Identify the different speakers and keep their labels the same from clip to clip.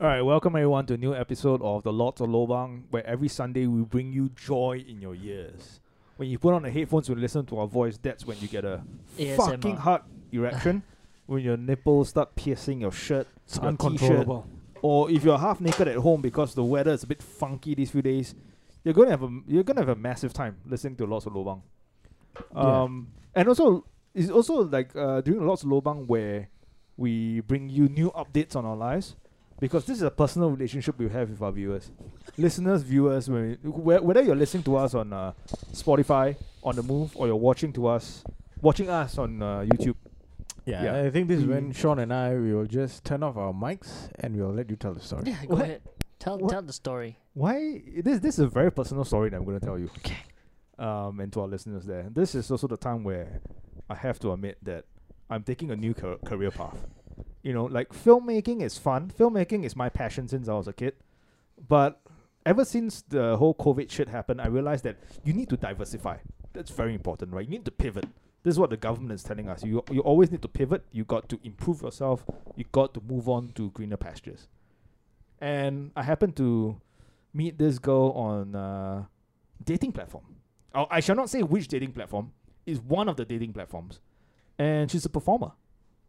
Speaker 1: All right, welcome everyone to a new episode of the Lords of Lobang, where every Sunday we bring you joy in your ears. When you put on the headphones to listen to our voice, that's when you get a
Speaker 2: ASMR.
Speaker 1: fucking hard erection. when your nipples start piercing your shirt,
Speaker 3: It's
Speaker 1: your t-shirt,
Speaker 3: uncontrollable.
Speaker 1: or if you're half naked at home because the weather is a bit funky these few days, you're gonna have a you're gonna have a massive time listening to lots of lobang.
Speaker 3: Yeah.
Speaker 1: Um, and also it's also like uh, doing lots of lobang where we bring you new updates on our lives because this is a personal relationship we have with our viewers, listeners, viewers. When we, whe- whether you're listening to us on uh, Spotify on the move or you're watching to us, watching us on uh, YouTube.
Speaker 3: Yeah,
Speaker 1: Yeah.
Speaker 3: I think this is when
Speaker 1: We-
Speaker 2: Mm.
Speaker 3: Sean and I we will just turn off our mics and we'll let you tell the story.
Speaker 2: Yeah, go
Speaker 1: What?
Speaker 2: ahead. Tell
Speaker 1: What?
Speaker 2: tell the story.
Speaker 1: Why this this is a very personal story that I'm going to tell you. Okay. Um, and to our listeners there, this is also the time where I have to admit that I'm taking a new car- career path. You know, like filmmaking is fun. Filmmaking is my passion since I was a kid, but ever since the whole COVID shit happened, I realized that you need to diversify. That's very important, right? You need to pivot. This is what the government is telling us. You you always need to pivot. You got to improve yourself. You got to move on to greener pastures. And I happened to meet this girl on uh, dating platform. Oh, I shall not say which dating platform. It's one of the dating platforms, and she's a performer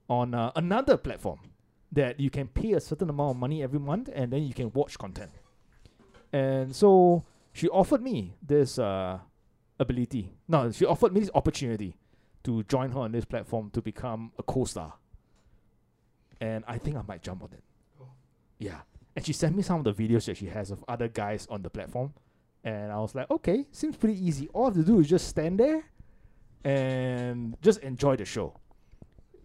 Speaker 1: on uh, another platform that you can pay a certain amount of money every month, and then you can watch content. And so she offered me this uh, ability. No, she offered me this opportunity to join her on this platform to become a co-star. And I think I might jump on it. Yeah. And she sent me some of the videos that she has of other guys on the platform. And I was like, okay, seems pretty easy. All I have to do is just stand there and just enjoy the show.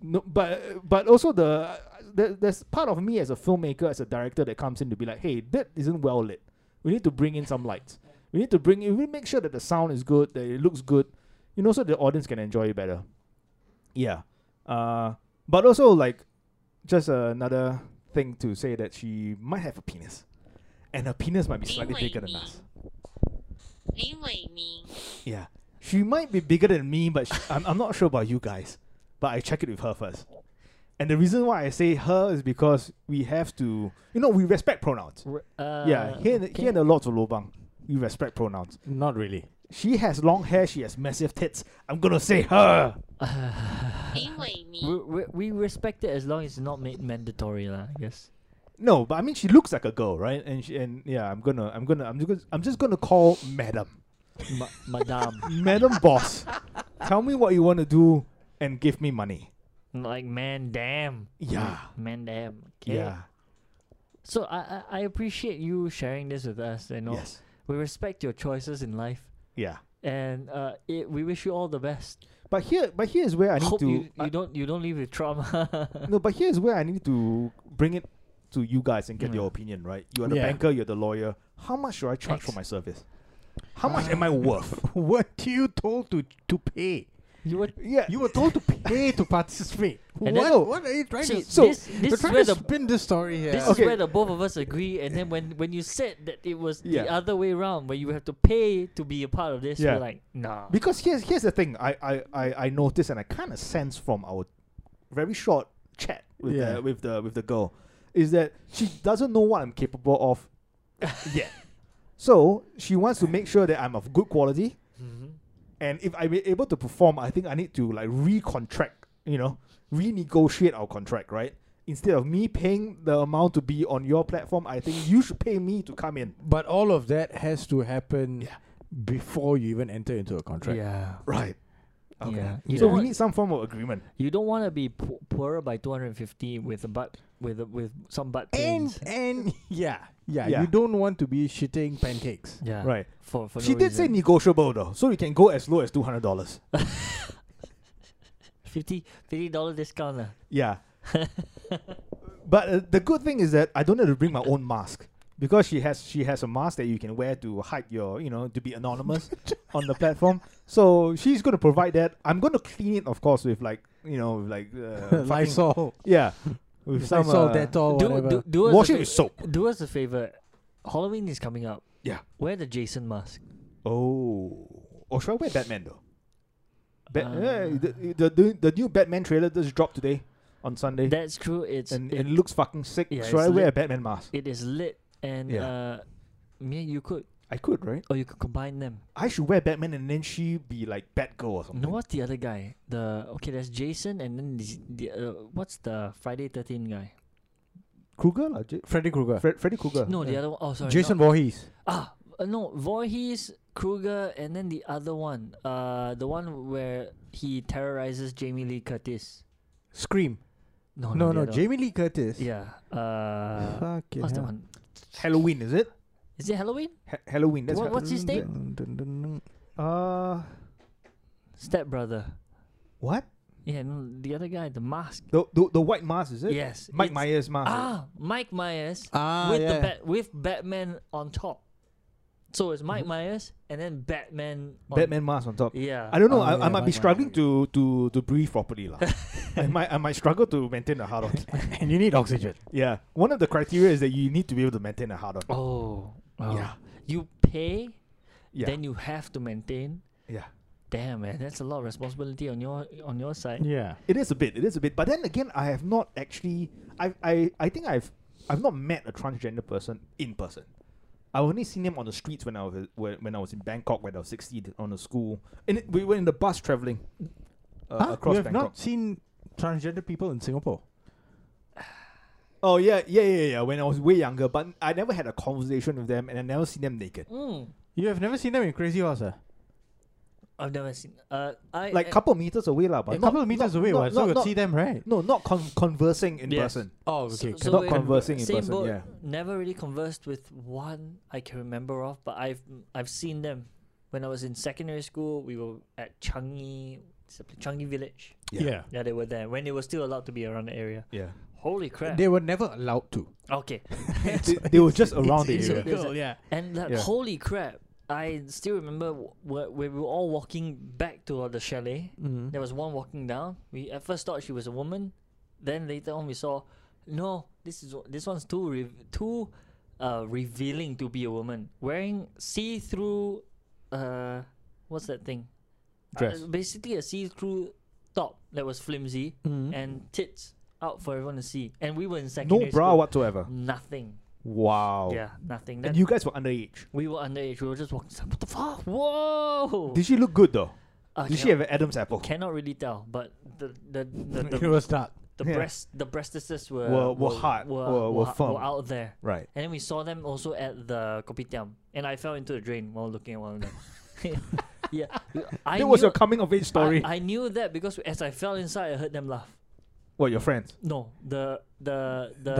Speaker 1: No, but but also the, the there's part of me as a filmmaker, as a director that comes in to be like, hey, that isn't well lit. We need to bring in some lights. We need to bring in, we make sure that the sound is good, that it looks good, you know, so the audience can enjoy it better. Yeah. Uh, but also like just another thing to say that she might have a penis, and her penis might be slightly bigger than us.
Speaker 4: 林伟明，
Speaker 1: Yeah, she might be bigger than me, but sh I'm I'm not sure about you guys. But I check it with her first, and the reason why I say her is because we have to, you know, we respect pronouns.
Speaker 2: Uh,
Speaker 1: yeah, here in, the, here in the lots of lobang, we respect pronouns.
Speaker 3: Not really.
Speaker 1: She has long hair. She has massive tits. I'm gonna say her.
Speaker 4: 林伟明。
Speaker 2: we, we, we respect it as long as it's not made mandatory, lah. I guess.
Speaker 1: No, but I mean she looks like a girl, right? And she, and yeah, I'm gonna I'm gonna I'm just gonna, I'm just gonna call madam,
Speaker 2: Ma- Madame,
Speaker 1: madam boss. Tell me what you want to do and give me money.
Speaker 2: like man, damn,
Speaker 1: Yeah,
Speaker 2: man, damn. Okay.
Speaker 1: yeah,
Speaker 2: So I, I I appreciate you sharing this with us. You know,
Speaker 1: yes,
Speaker 2: we respect your choices in life,
Speaker 1: yeah.
Speaker 2: and uh, it, we wish you all the best.
Speaker 1: But here, but here's where I need
Speaker 2: Hope
Speaker 1: to.
Speaker 2: you,
Speaker 1: I-
Speaker 2: you don't you don't leave with trauma.
Speaker 1: no, but here's where I need to bring it to you guys and get
Speaker 2: Mm.
Speaker 1: your opinion, right? You are the
Speaker 3: Yeah.
Speaker 1: banker, you're the lawyer. How much should I charge for
Speaker 2: Ex-
Speaker 1: my service? How much
Speaker 2: Uh,
Speaker 1: am I worth?
Speaker 3: What you told to to pay?
Speaker 2: you were
Speaker 1: Yeah,
Speaker 3: You were told to pay to participate.
Speaker 2: And
Speaker 3: what?
Speaker 2: then-
Speaker 3: what are you trying
Speaker 2: See,
Speaker 3: to?
Speaker 1: so-
Speaker 2: this,
Speaker 3: You're
Speaker 2: this is
Speaker 3: trying
Speaker 2: where
Speaker 3: to
Speaker 2: the
Speaker 3: spin this story here.
Speaker 2: This
Speaker 1: Okay.
Speaker 2: is where the both of us agree, and then when, when you said that it was the
Speaker 1: Yeah.
Speaker 2: other way around, where you have to pay to be a part of this,
Speaker 1: Yeah.
Speaker 2: we're like, nah.
Speaker 1: Because here's here's the thing. I I I, I noticed and I kind of sense from our very short chat with
Speaker 3: Yeah.
Speaker 1: the, with the with the girl is that she doesn't know what I'm capable of yet. So she wants to make sure that I'm of good quality, and if I'm able to perform, I think I need to like recontract. You know, renegotiate our contract, right? Instead of me paying the amount to be on your platform, I think you should pay me to come in.
Speaker 3: But all of that has to happen
Speaker 1: Yeah.
Speaker 3: before you even enter into a contract.
Speaker 2: Yeah.
Speaker 1: Right. Okay.
Speaker 2: Yeah. You
Speaker 1: So
Speaker 2: don't
Speaker 1: we
Speaker 2: want,
Speaker 1: need some form of agreement.
Speaker 2: you don't want to be po- poorer by 250 with a butt with a, with some butt
Speaker 3: And
Speaker 2: pains.
Speaker 3: and yeah, yeah,
Speaker 1: Yeah.
Speaker 3: you don't want to be shitting pancakes.
Speaker 2: yeah.
Speaker 1: Right.
Speaker 2: For for
Speaker 1: She
Speaker 2: no
Speaker 1: did say
Speaker 2: reason.
Speaker 1: negotiable though, so we can go as low as two hundred dollars.
Speaker 2: 50 dollar discount lah.
Speaker 1: Yeah. but uh, the good thing is that I don't have to bring my own mask because she has she has a mask that you can wear to hide your you know to be anonymous on the platform. So she's going to provide that. I'm going to clean it, of course, with like you know with, like uh, fucking-
Speaker 3: Lysol,
Speaker 1: Yeah, with some
Speaker 3: Lysol,
Speaker 1: uh,
Speaker 3: Dettol,
Speaker 2: Do,
Speaker 3: whatever.
Speaker 2: do, do us
Speaker 1: wash
Speaker 2: a
Speaker 1: it with soap.
Speaker 2: fa- do us a favor. Halloween is coming up.
Speaker 1: Yeah.
Speaker 2: Wear the Jason mask.
Speaker 1: Oh, or should I wear Batman though? Bat-
Speaker 2: Uh.
Speaker 1: eh, the, the, the the new Batman trailer just dropped today. on Sunday,
Speaker 2: That's true. It's
Speaker 1: and,
Speaker 2: it,
Speaker 1: and looks fucking sick.
Speaker 2: yeah,
Speaker 1: Should I
Speaker 2: it's
Speaker 1: wear a
Speaker 2: lit.
Speaker 1: Batman mask?
Speaker 2: it is lit and
Speaker 1: Yeah.
Speaker 2: uh, yeah, you could
Speaker 1: I could, right?
Speaker 2: or you could combine them.
Speaker 1: I should wear Batman and then she be like Batgirl or something.
Speaker 2: No, what's the other guy? The okay, there's Jason, and then this, the uh, what's the Friday Thirteen guy?
Speaker 1: Kruger lah. J-
Speaker 3: Freddy Krueger.
Speaker 1: Fred, Freddy Krueger.
Speaker 2: No,
Speaker 1: Uh,
Speaker 2: the
Speaker 1: Yeah.
Speaker 2: other one. Oh, sorry.
Speaker 3: Jason
Speaker 2: No,
Speaker 3: Voorhees.
Speaker 2: ah, uh, no, Voorhees, Kruger, and then the other one. Uh, the one where he terrorizes Jamie Lee Curtis.
Speaker 3: Scream.
Speaker 2: No,
Speaker 3: No,
Speaker 2: the other
Speaker 3: no,
Speaker 2: one.
Speaker 3: Jamie Lee Curtis.
Speaker 2: Yeah. Uh,
Speaker 3: Fucking
Speaker 2: what's that
Speaker 3: hell.
Speaker 2: one?
Speaker 1: Halloween is it?
Speaker 2: Is it Halloween?
Speaker 1: Ha- Halloween. That's
Speaker 2: What-
Speaker 1: what,
Speaker 2: what's his name?
Speaker 3: Dun, dun, dun, dun.
Speaker 1: Uh,
Speaker 2: Step brother.
Speaker 1: what?
Speaker 2: Yeah, no, the other guy, the mask.
Speaker 1: The, the the white mask is it?
Speaker 2: Yes,
Speaker 1: Mike
Speaker 2: it's-
Speaker 1: Myers mask. right?
Speaker 2: Ah, Mike Myers
Speaker 3: Ah,
Speaker 2: with
Speaker 3: yeah.
Speaker 2: the bat with Batman on top. So it's Mike Myers and then Batman. On
Speaker 1: Mm-hmm. Batman mask on top.
Speaker 2: Yeah.
Speaker 1: I don't know.
Speaker 3: Oh,
Speaker 1: I, I
Speaker 3: yeah,
Speaker 1: might
Speaker 3: Mike
Speaker 1: be
Speaker 3: Myers.
Speaker 1: struggling to to to breathe properly lah. I might I might struggle to maintain a hard on.
Speaker 3: and you need oxygen.
Speaker 1: yeah. One of the criteria is that you need to be able to maintain a hard on.
Speaker 2: Oh, oh.
Speaker 1: Yeah.
Speaker 2: You pay,
Speaker 1: Yeah.
Speaker 2: then you have to maintain.
Speaker 1: yeah.
Speaker 2: Damn man, that's a lot of responsibility on your on your side.
Speaker 3: Yeah.
Speaker 1: It is a bit. It is a bit. But then again, I have not actually. I I I think I've I've not met a transgender person in person. I've only seen him on the streets when I was when, when I was in Bangkok when I was sixteen on a school. And it- we were in the bus traveling uh,
Speaker 3: Huh?
Speaker 1: across
Speaker 3: you have
Speaker 1: Bangkok.
Speaker 3: not seen transgender people in Singapore.
Speaker 1: oh yeah, yeah, yeah, yeah. When I was way younger, but I never had a conversation with them, and I never seen them naked.
Speaker 2: Mm,
Speaker 3: You have never seen them in Crazy Horse, ah?
Speaker 2: I've never seen. Uh, I
Speaker 1: Like
Speaker 2: I-
Speaker 1: couple meters away, lah. But
Speaker 3: A
Speaker 1: not-
Speaker 3: couple of meters
Speaker 1: not-
Speaker 3: away,
Speaker 1: not-
Speaker 3: what? So
Speaker 1: not-
Speaker 3: you could
Speaker 1: not-
Speaker 3: see them, right?
Speaker 1: No, not con- conversing in
Speaker 2: Yes.
Speaker 1: person.
Speaker 3: Oh,
Speaker 2: So- okay.
Speaker 1: not
Speaker 2: we-
Speaker 1: conversing in
Speaker 2: same
Speaker 1: person,
Speaker 2: boat,
Speaker 1: yeah.
Speaker 2: Never really conversed with one I can remember of, but I've I've seen them. When I was in secondary school, we were at Changi, it's a pl- Changi Village.
Speaker 1: Yeah.
Speaker 2: Yeah, they were there when they were still allowed to be around the area.
Speaker 1: Yeah,
Speaker 2: Holy crap!
Speaker 3: They were never allowed to.
Speaker 2: okay,
Speaker 1: they, they were just around
Speaker 2: it's-
Speaker 1: the
Speaker 2: it's-
Speaker 1: area.
Speaker 2: There's a-
Speaker 3: yeah.
Speaker 2: and that
Speaker 1: Yeah.
Speaker 2: holy crap! I still remember wh- wh- when we were all walking back to the chalet.
Speaker 3: Mm.
Speaker 2: There was one walking down. We at first thought she was a woman, then later on we saw, no, this is this one's too re- too uh, revealing to be a woman. Wearing see-through, uh, what's that thing? Uh,
Speaker 1: Dress.
Speaker 2: basically, a see-through top that was flimsy
Speaker 3: Mm.
Speaker 2: and tits out for everyone to see. And we were in
Speaker 1: Hmm? No
Speaker 2: secondary
Speaker 1: bra
Speaker 2: school.
Speaker 1: whatsoever.
Speaker 2: Nothing.
Speaker 1: Wow.
Speaker 2: Yeah, nothing. That,
Speaker 1: And you guys were underage.
Speaker 2: we were underage. We were just walking. it's like, What the fuck? Whoa!
Speaker 1: Did she look good though?
Speaker 2: I
Speaker 1: Did she
Speaker 2: cannot-
Speaker 1: have an Adam's apple?
Speaker 2: Cannot really tell, but the the the, the,
Speaker 3: it was dark.
Speaker 2: the
Speaker 1: Yeah.
Speaker 2: breast the breastises were
Speaker 1: Were- were hot, were- were
Speaker 2: ho-
Speaker 1: firm.
Speaker 2: out there.
Speaker 1: Right.
Speaker 2: And then we saw them also at the kopitiam, and I fell into the drain while looking at one of them. yeah, I
Speaker 1: That was
Speaker 2: knew,
Speaker 1: your coming of age story.
Speaker 2: I, I knew that because as I fell inside, I heard them laugh.
Speaker 1: What your friends?
Speaker 2: No, the the the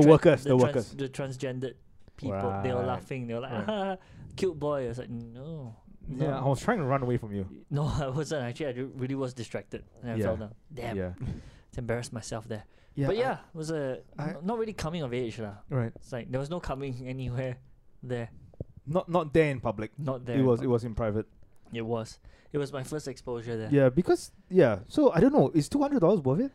Speaker 1: The workers, the
Speaker 2: trans-
Speaker 1: workers.
Speaker 2: the transgendered people. They were
Speaker 1: Right.
Speaker 2: laughing. They were like,
Speaker 1: Right.
Speaker 2: ah, "Cute boy." I was like, "No, no,
Speaker 1: Yeah, I was trying to run away from you.
Speaker 2: no, I wasn't. Actually, I ju- really was distracted, and I
Speaker 1: Yeah.
Speaker 2: fell down. Damn,
Speaker 1: Yeah.
Speaker 2: to embarrass myself there.
Speaker 1: Yeah.
Speaker 2: but yeah, it was a
Speaker 1: I-
Speaker 2: n- not really coming of age lah.
Speaker 1: I- right.
Speaker 2: It's like there was no coming anywhere there.
Speaker 1: Not not there in public.
Speaker 2: Not there.
Speaker 1: It was
Speaker 2: but
Speaker 1: it was in private.
Speaker 2: It was. It was my first exposure there.
Speaker 1: Yeah, because yeah. So I don't know. Is two hundred dollars worth it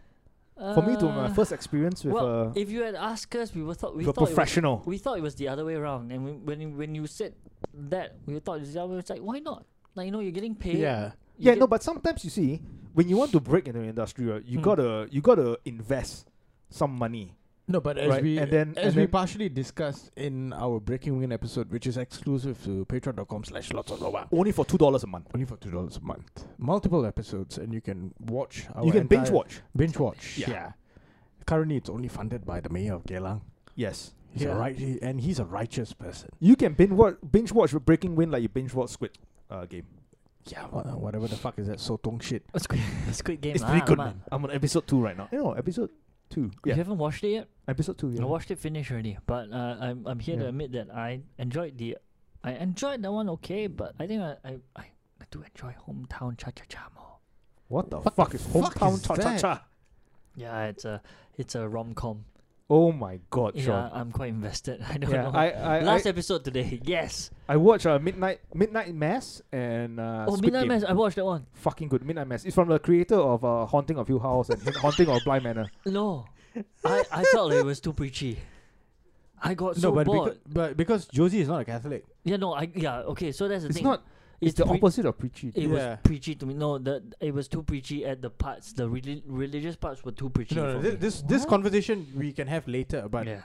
Speaker 1: for me to my
Speaker 2: Uh,
Speaker 1: first experience with
Speaker 2: well,
Speaker 1: a
Speaker 2: if you had asked us, we were thought we
Speaker 1: with a
Speaker 2: thought it was-
Speaker 1: professional?
Speaker 2: we thought it was the other way around, and we, when you- when you said that, we thought it was the other way. It's like why not? Like you know, you're getting paid.
Speaker 3: Yeah.
Speaker 2: you
Speaker 1: yeah,
Speaker 2: get-
Speaker 1: no. But sometimes you see when you want to break into the industry, right, you
Speaker 2: Hmm.
Speaker 1: gotta you gotta invest some money.
Speaker 3: No, but as
Speaker 1: Right,
Speaker 3: we
Speaker 1: and then-
Speaker 3: as
Speaker 1: and
Speaker 3: we
Speaker 1: then-
Speaker 3: partially discussed in our Breaking Win episode, which is exclusive to patreon.com slash lots of lova.
Speaker 1: Only for two dollars a month.
Speaker 3: Only for two dollars a month. Multiple episodes and you can watch our
Speaker 1: you can binge
Speaker 3: entire-
Speaker 1: watch.
Speaker 3: Binge watch.
Speaker 1: Yeah.
Speaker 3: Yeah. Currently it's only funded by the mayor of Geylang.
Speaker 1: Yes.
Speaker 3: He's
Speaker 2: Yeah.
Speaker 3: a right he- and he's a righteous person.
Speaker 1: You can binge watch binge watch Breaking Wind like you binge watch Squid uh, Game.
Speaker 3: Yeah, wha- whatever the fuck is that sotong shit.
Speaker 2: Oh, Squid, Squid Game.
Speaker 1: It's pretty
Speaker 2: ah,
Speaker 1: good,
Speaker 2: man.
Speaker 1: man. I'm on episode two right now. You know, oh, episode two.
Speaker 2: You
Speaker 1: Yeah,
Speaker 2: haven't watched it yet.
Speaker 1: episode two. Yeah.
Speaker 2: I watched it finish already, but uh, I'm I'm here to
Speaker 1: Yeah.
Speaker 2: admit that I enjoyed the, I enjoyed that one okay, but I think I I, I, I do enjoy hometown cha cha cha more.
Speaker 1: What the
Speaker 3: What the
Speaker 1: fuck is
Speaker 3: fuck
Speaker 1: hometown
Speaker 3: is
Speaker 1: cha cha
Speaker 3: that?
Speaker 1: cha?
Speaker 2: Yeah, it's a it's a rom com.
Speaker 1: Oh my god,
Speaker 2: Yeah,
Speaker 1: Sean.
Speaker 2: I'm quite invested. I don't
Speaker 1: Yeah,
Speaker 2: know.
Speaker 1: I I I,
Speaker 2: Last episode today, yes.
Speaker 1: I watch uh, midnight midnight mass and uh,
Speaker 2: oh,
Speaker 1: Squid
Speaker 2: Midnight
Speaker 1: Game.
Speaker 2: Mass, I watched that one.
Speaker 1: Fucking good midnight mass. It's from the creator of uh, Haunting of Hill House and Haun- Haunting of Blind Manor.
Speaker 2: No, I I felt it was too preachy. I got so
Speaker 3: but,
Speaker 2: bored.
Speaker 3: becau- but because Josie is not a Catholic.
Speaker 2: yeah, no, I yeah okay. So that's the
Speaker 1: It's
Speaker 2: thing.
Speaker 1: not. It's, the
Speaker 2: pre-
Speaker 1: opposite of preachy.
Speaker 2: It
Speaker 3: Yeah.
Speaker 2: was preachy to me. No, the it was too preachy at the parts. The reli- religious parts were too preachy.
Speaker 3: No, no,
Speaker 2: for
Speaker 3: this
Speaker 2: me.
Speaker 3: this, this conversation we can have later, but
Speaker 2: yeah.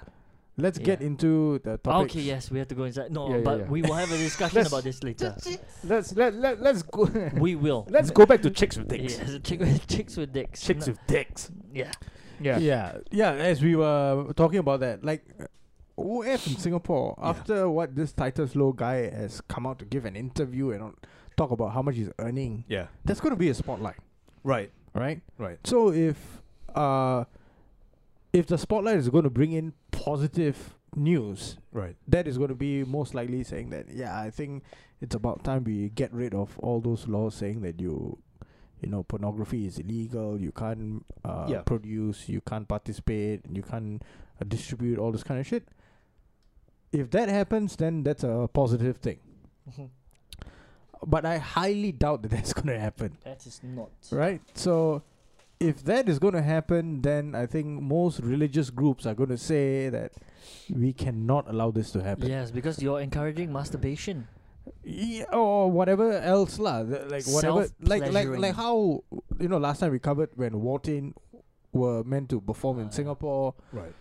Speaker 3: let's get
Speaker 2: Yeah.
Speaker 3: into the topic.
Speaker 2: Okay, yes, we have to go inside. No,
Speaker 1: Yeah, yeah,
Speaker 2: but
Speaker 1: yeah.
Speaker 2: we will have a discussion
Speaker 1: Let's-
Speaker 2: about this later.
Speaker 1: Let's let let let's go.
Speaker 2: we will.
Speaker 1: let's go back to chicks with dicks.
Speaker 2: Yes, chick with, chicks with dicks.
Speaker 1: Chicks
Speaker 2: No-
Speaker 1: with dicks.
Speaker 2: yeah.
Speaker 1: Yeah.
Speaker 3: yeah, yeah. As we were talking about that, like uh, OF in Singapore, after what this Titus Low guy has come out to give an interview and all- talk about how much he's earning,
Speaker 1: Yeah.
Speaker 3: that's going to be a spotlight,
Speaker 1: Right.
Speaker 3: right?
Speaker 1: Right.
Speaker 3: So if uh, if the spotlight is going to bring in positive news,
Speaker 1: Right.
Speaker 3: that is going to be most likely saying that yeah i think it's about time we get rid of all those laws saying that you you know pornography is illegal you can't uh,
Speaker 1: Yeah.
Speaker 3: produce you can't participate you can't uh, distribute all this kind of shit if that happens then that's a positive thing but i highly doubt that that's going to happen
Speaker 2: That is not.
Speaker 3: right so if that is going to happen then i think most religious groups are going to say that we cannot allow this to happen
Speaker 2: Yes, because you're encouraging masturbation.
Speaker 3: yeah, or whatever else lah. the- Like whatever, like like
Speaker 2: Self-pleasuring.
Speaker 3: like how you know last time we covered when Watin were meant to perform in
Speaker 2: Ah.
Speaker 3: Singapore.
Speaker 1: Right.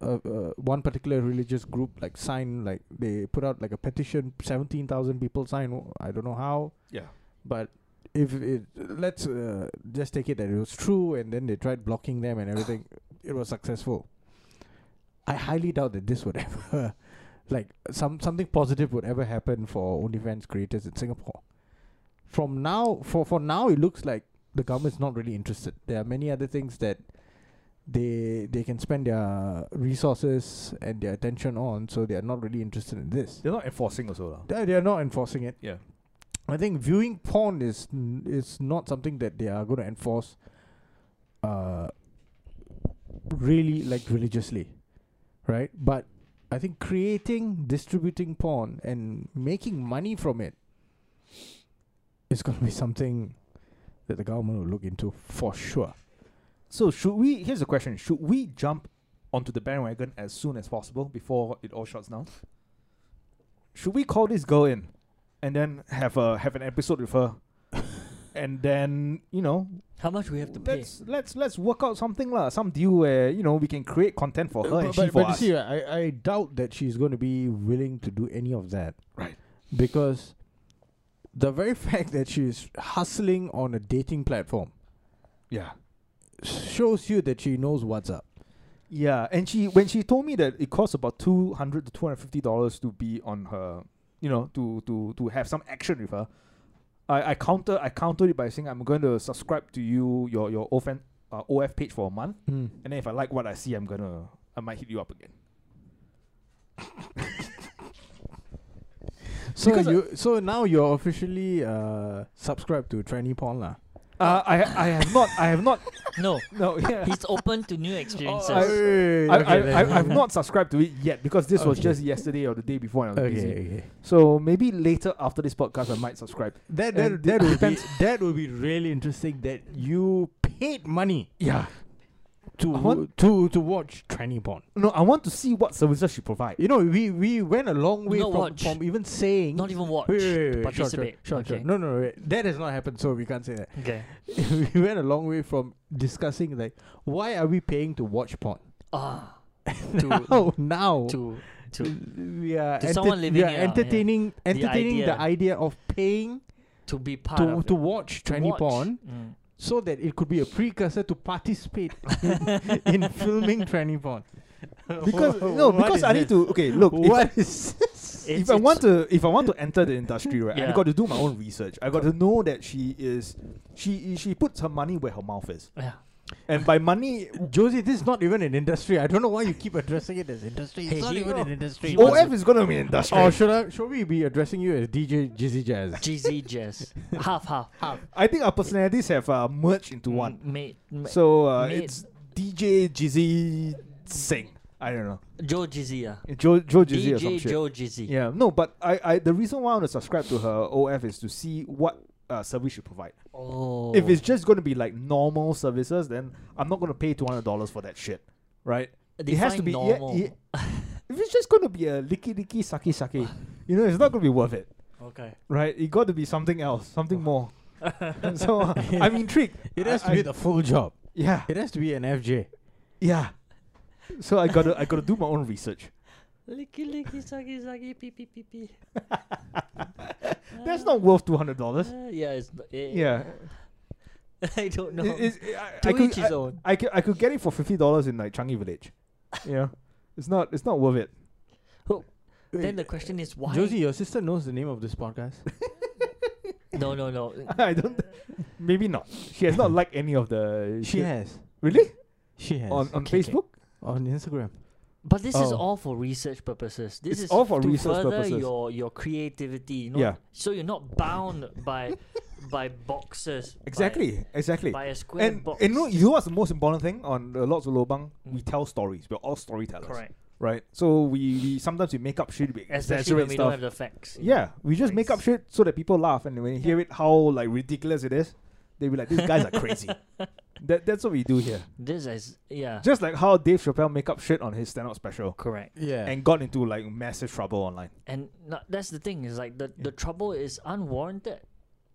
Speaker 3: Uh, uh, one particular religious group like signed like they put out like a petition. Seventeen thousand people signed. w- I don't know how,
Speaker 1: Yeah.
Speaker 3: but if it let's uh, just take it that it was true, and then they tried blocking them and everything. it was successful. I highly doubt that this would ever, like some something positive would ever happen for OnlyFans creators in Singapore. From now, for for now, it looks like the government's not really interested. There are many other things that they they can spend their resources and their attention on, so they are not really interested in this.
Speaker 1: They're not enforcing also lah.
Speaker 3: They they are not enforcing it.
Speaker 1: Yeah.
Speaker 3: I think viewing porn is n- is not something that they are going to enforce. Uh, really like religiously, right? But I think creating, distributing porn, and making money from it is going to be something that the government will look into for sure.
Speaker 1: So should we? Here's a question: Should we jump onto the bandwagon as soon as possible before it all shuts down? Should we call this girl in, and then have a have an episode with her, and then you know
Speaker 2: How much we have to pay?
Speaker 1: let's let's let's work out something lah, some deal where you know we can create content for her and
Speaker 3: but
Speaker 1: she
Speaker 3: but,
Speaker 1: for
Speaker 3: but you
Speaker 1: us.
Speaker 3: see, I, I doubt that she's going to be willing to do any of that.
Speaker 1: Right.
Speaker 3: Because the very fact that she's hustling on a dating platform
Speaker 1: Yeah,
Speaker 3: shows you that she knows what's up.
Speaker 1: yeah. And she when she told me that it costs about two hundred to two hundred fifty dollars to be on her, you know, to to to have some action with her. I, I counter I countered it by saying I'm going to subscribe to you your your OFN, uh, OF page for a month.
Speaker 3: Hmm.
Speaker 1: And then if I like what I see, I'm gonna I might hit you up again.
Speaker 3: So
Speaker 1: Because I-
Speaker 3: you so now you're officially uh subscribed to tranny porn lah.
Speaker 1: Uh, I I have not I have not
Speaker 2: no,
Speaker 1: no yeah.
Speaker 2: he's open to new
Speaker 3: Oh,
Speaker 2: experiences.
Speaker 1: I-
Speaker 3: Okay,
Speaker 1: I, I,
Speaker 3: then.
Speaker 1: I, I've not subscribed to it yet because this was
Speaker 3: Okay.
Speaker 1: just yesterday or the day before and I was
Speaker 3: Okay,
Speaker 1: busy.
Speaker 3: okay.
Speaker 1: So maybe later after this podcast I might subscribe.
Speaker 3: That
Speaker 1: And
Speaker 3: that
Speaker 1: it
Speaker 3: that would be
Speaker 1: depends-
Speaker 3: that would be really interesting. That you paid money
Speaker 1: Yeah.
Speaker 3: to
Speaker 1: I want-
Speaker 3: to to watch tranny porn.
Speaker 1: No, I want to see what services she provide.
Speaker 3: You know, we we went a long way
Speaker 2: Not
Speaker 3: from,
Speaker 2: watch.
Speaker 3: from even saying
Speaker 2: Not even watch.
Speaker 3: Wait, wait, wait,
Speaker 2: to
Speaker 3: wait, short,
Speaker 2: participate.
Speaker 3: Short, short, short.
Speaker 2: okay.
Speaker 3: No, no, no, wait. that has not happened, so we can't say that.
Speaker 2: Okay.
Speaker 3: we went a long way from discussing like why are we paying to watch porn?
Speaker 2: Ah. to
Speaker 3: Now, now
Speaker 2: to to
Speaker 3: we are,
Speaker 2: To someone living
Speaker 3: we
Speaker 2: it out,
Speaker 3: are
Speaker 2: yeah.
Speaker 3: entertaining entertaining the
Speaker 2: idea.
Speaker 3: idea of paying
Speaker 2: to be part
Speaker 3: to
Speaker 2: of
Speaker 3: to
Speaker 2: it.
Speaker 3: watch
Speaker 2: To
Speaker 3: tranny
Speaker 2: watch.
Speaker 3: porn
Speaker 2: Mm.
Speaker 3: so that it could be a precursor to participate in filming tranny porn.
Speaker 1: Because no,
Speaker 3: What
Speaker 1: because
Speaker 3: is
Speaker 1: I need
Speaker 3: this?
Speaker 1: to okay, look, if-
Speaker 3: what is this?
Speaker 1: if,
Speaker 2: It's-
Speaker 1: I want
Speaker 2: it's-
Speaker 1: to if I want to enter the industry, right, I
Speaker 2: Yeah.
Speaker 1: got to do my own research. I got to know that she is she she puts her money where her mouth is.
Speaker 2: Yeah.
Speaker 1: And by money
Speaker 3: Josie, this is not even an industry. I don't know why you keep addressing it as industry. It's
Speaker 2: Hey,
Speaker 3: not
Speaker 2: he-
Speaker 3: even
Speaker 2: no.
Speaker 3: an industry.
Speaker 2: He
Speaker 3: Oh,
Speaker 2: wants
Speaker 1: OF is gonna be an industry.
Speaker 3: or Oh, should I, should we be addressing you as DJ Jizzy Jazz?
Speaker 2: GZ jazz. half half.
Speaker 1: I think our personalities have uh, merged
Speaker 3: Mm,
Speaker 1: into one.
Speaker 2: M- mate, ma-
Speaker 1: So uh,
Speaker 2: made-
Speaker 1: it's DJ Jizzy Singh. I don't know.
Speaker 2: Joe Jizzy. ah.
Speaker 1: Joe Joe Jizzy or some
Speaker 2: DJ
Speaker 1: shit.
Speaker 2: Joe Jizzy.
Speaker 1: Yeah, no, but I, I the reason why I want to subscribe to her OF is to see what uh, service she provide.
Speaker 2: Oh.
Speaker 1: If it's just going to be like normal services, then I'm not going to pay two hundred dollars for that shit, right? it has to
Speaker 2: Define
Speaker 1: be yeah,
Speaker 2: normal.
Speaker 1: yeah. if it's just going to be a licky licky sucky sucky, you know, it's not going to be worth it.
Speaker 2: Okay.
Speaker 1: right? It got to be something else, something more. And so uh, I'm intrigued.
Speaker 3: Oh. It
Speaker 1: I-
Speaker 3: has to
Speaker 1: I-
Speaker 3: be the full job.
Speaker 1: yeah,
Speaker 3: It has to be an FJ.
Speaker 1: yeah. So I gotta I gotta do my own research.
Speaker 2: Licky licky soggy soggy pee pee pee pee.
Speaker 1: That's not worth two hundred dollars.
Speaker 2: Uh, yeah, it's not, eh,
Speaker 1: Yeah,
Speaker 2: I don't know.
Speaker 1: It- it's- I,
Speaker 2: to
Speaker 1: I could,
Speaker 2: each
Speaker 1: I-
Speaker 2: his own.
Speaker 1: I could I could get it for fifty dollars in like Changi Village. Yeah, it's not it's not worth it.
Speaker 2: Then the question is why?
Speaker 3: Josie, your sister knows the name of this podcast.
Speaker 2: No, no, no.
Speaker 1: I don't. Maybe not. She has not liked any of the.
Speaker 3: she
Speaker 1: shit.
Speaker 3: has.
Speaker 1: really
Speaker 3: She has
Speaker 1: on on
Speaker 2: Okay, okay.
Speaker 1: Facebook.
Speaker 3: on Instagram.
Speaker 2: But this is
Speaker 1: Oh.
Speaker 2: all for research purposes. This
Speaker 1: It's
Speaker 2: is
Speaker 1: all for
Speaker 2: to
Speaker 1: research
Speaker 2: further
Speaker 1: purposes.
Speaker 2: your your creativity. You know?
Speaker 1: Yeah.
Speaker 2: So you're not bound by by boxes. by-
Speaker 1: Exactly, exactly.
Speaker 2: By, a square
Speaker 1: and
Speaker 2: box. Mm.
Speaker 1: and you know, you know what's the most important thing on the Lords of Lobang? We tell stories. We're all storytellers.
Speaker 2: Correct.
Speaker 1: Right. So we, we sometimes we make up shit. We
Speaker 2: Especially when
Speaker 1: exaggerate
Speaker 2: we
Speaker 1: stuff.
Speaker 2: don't have the facts. you know.
Speaker 1: yeah, we just make up
Speaker 2: Nice.
Speaker 1: shit so that people laugh, and when you hear it, how like ridiculous it is, they be like, "These guys are crazy." That that's what we do here.
Speaker 2: This is yeah.
Speaker 1: Just like how Dave Chappelle make up shit on his stand-up special
Speaker 2: correct.
Speaker 3: Yeah.
Speaker 1: and got into like massive trouble online.
Speaker 2: And not, that's the thing is like the the trouble is unwarranted,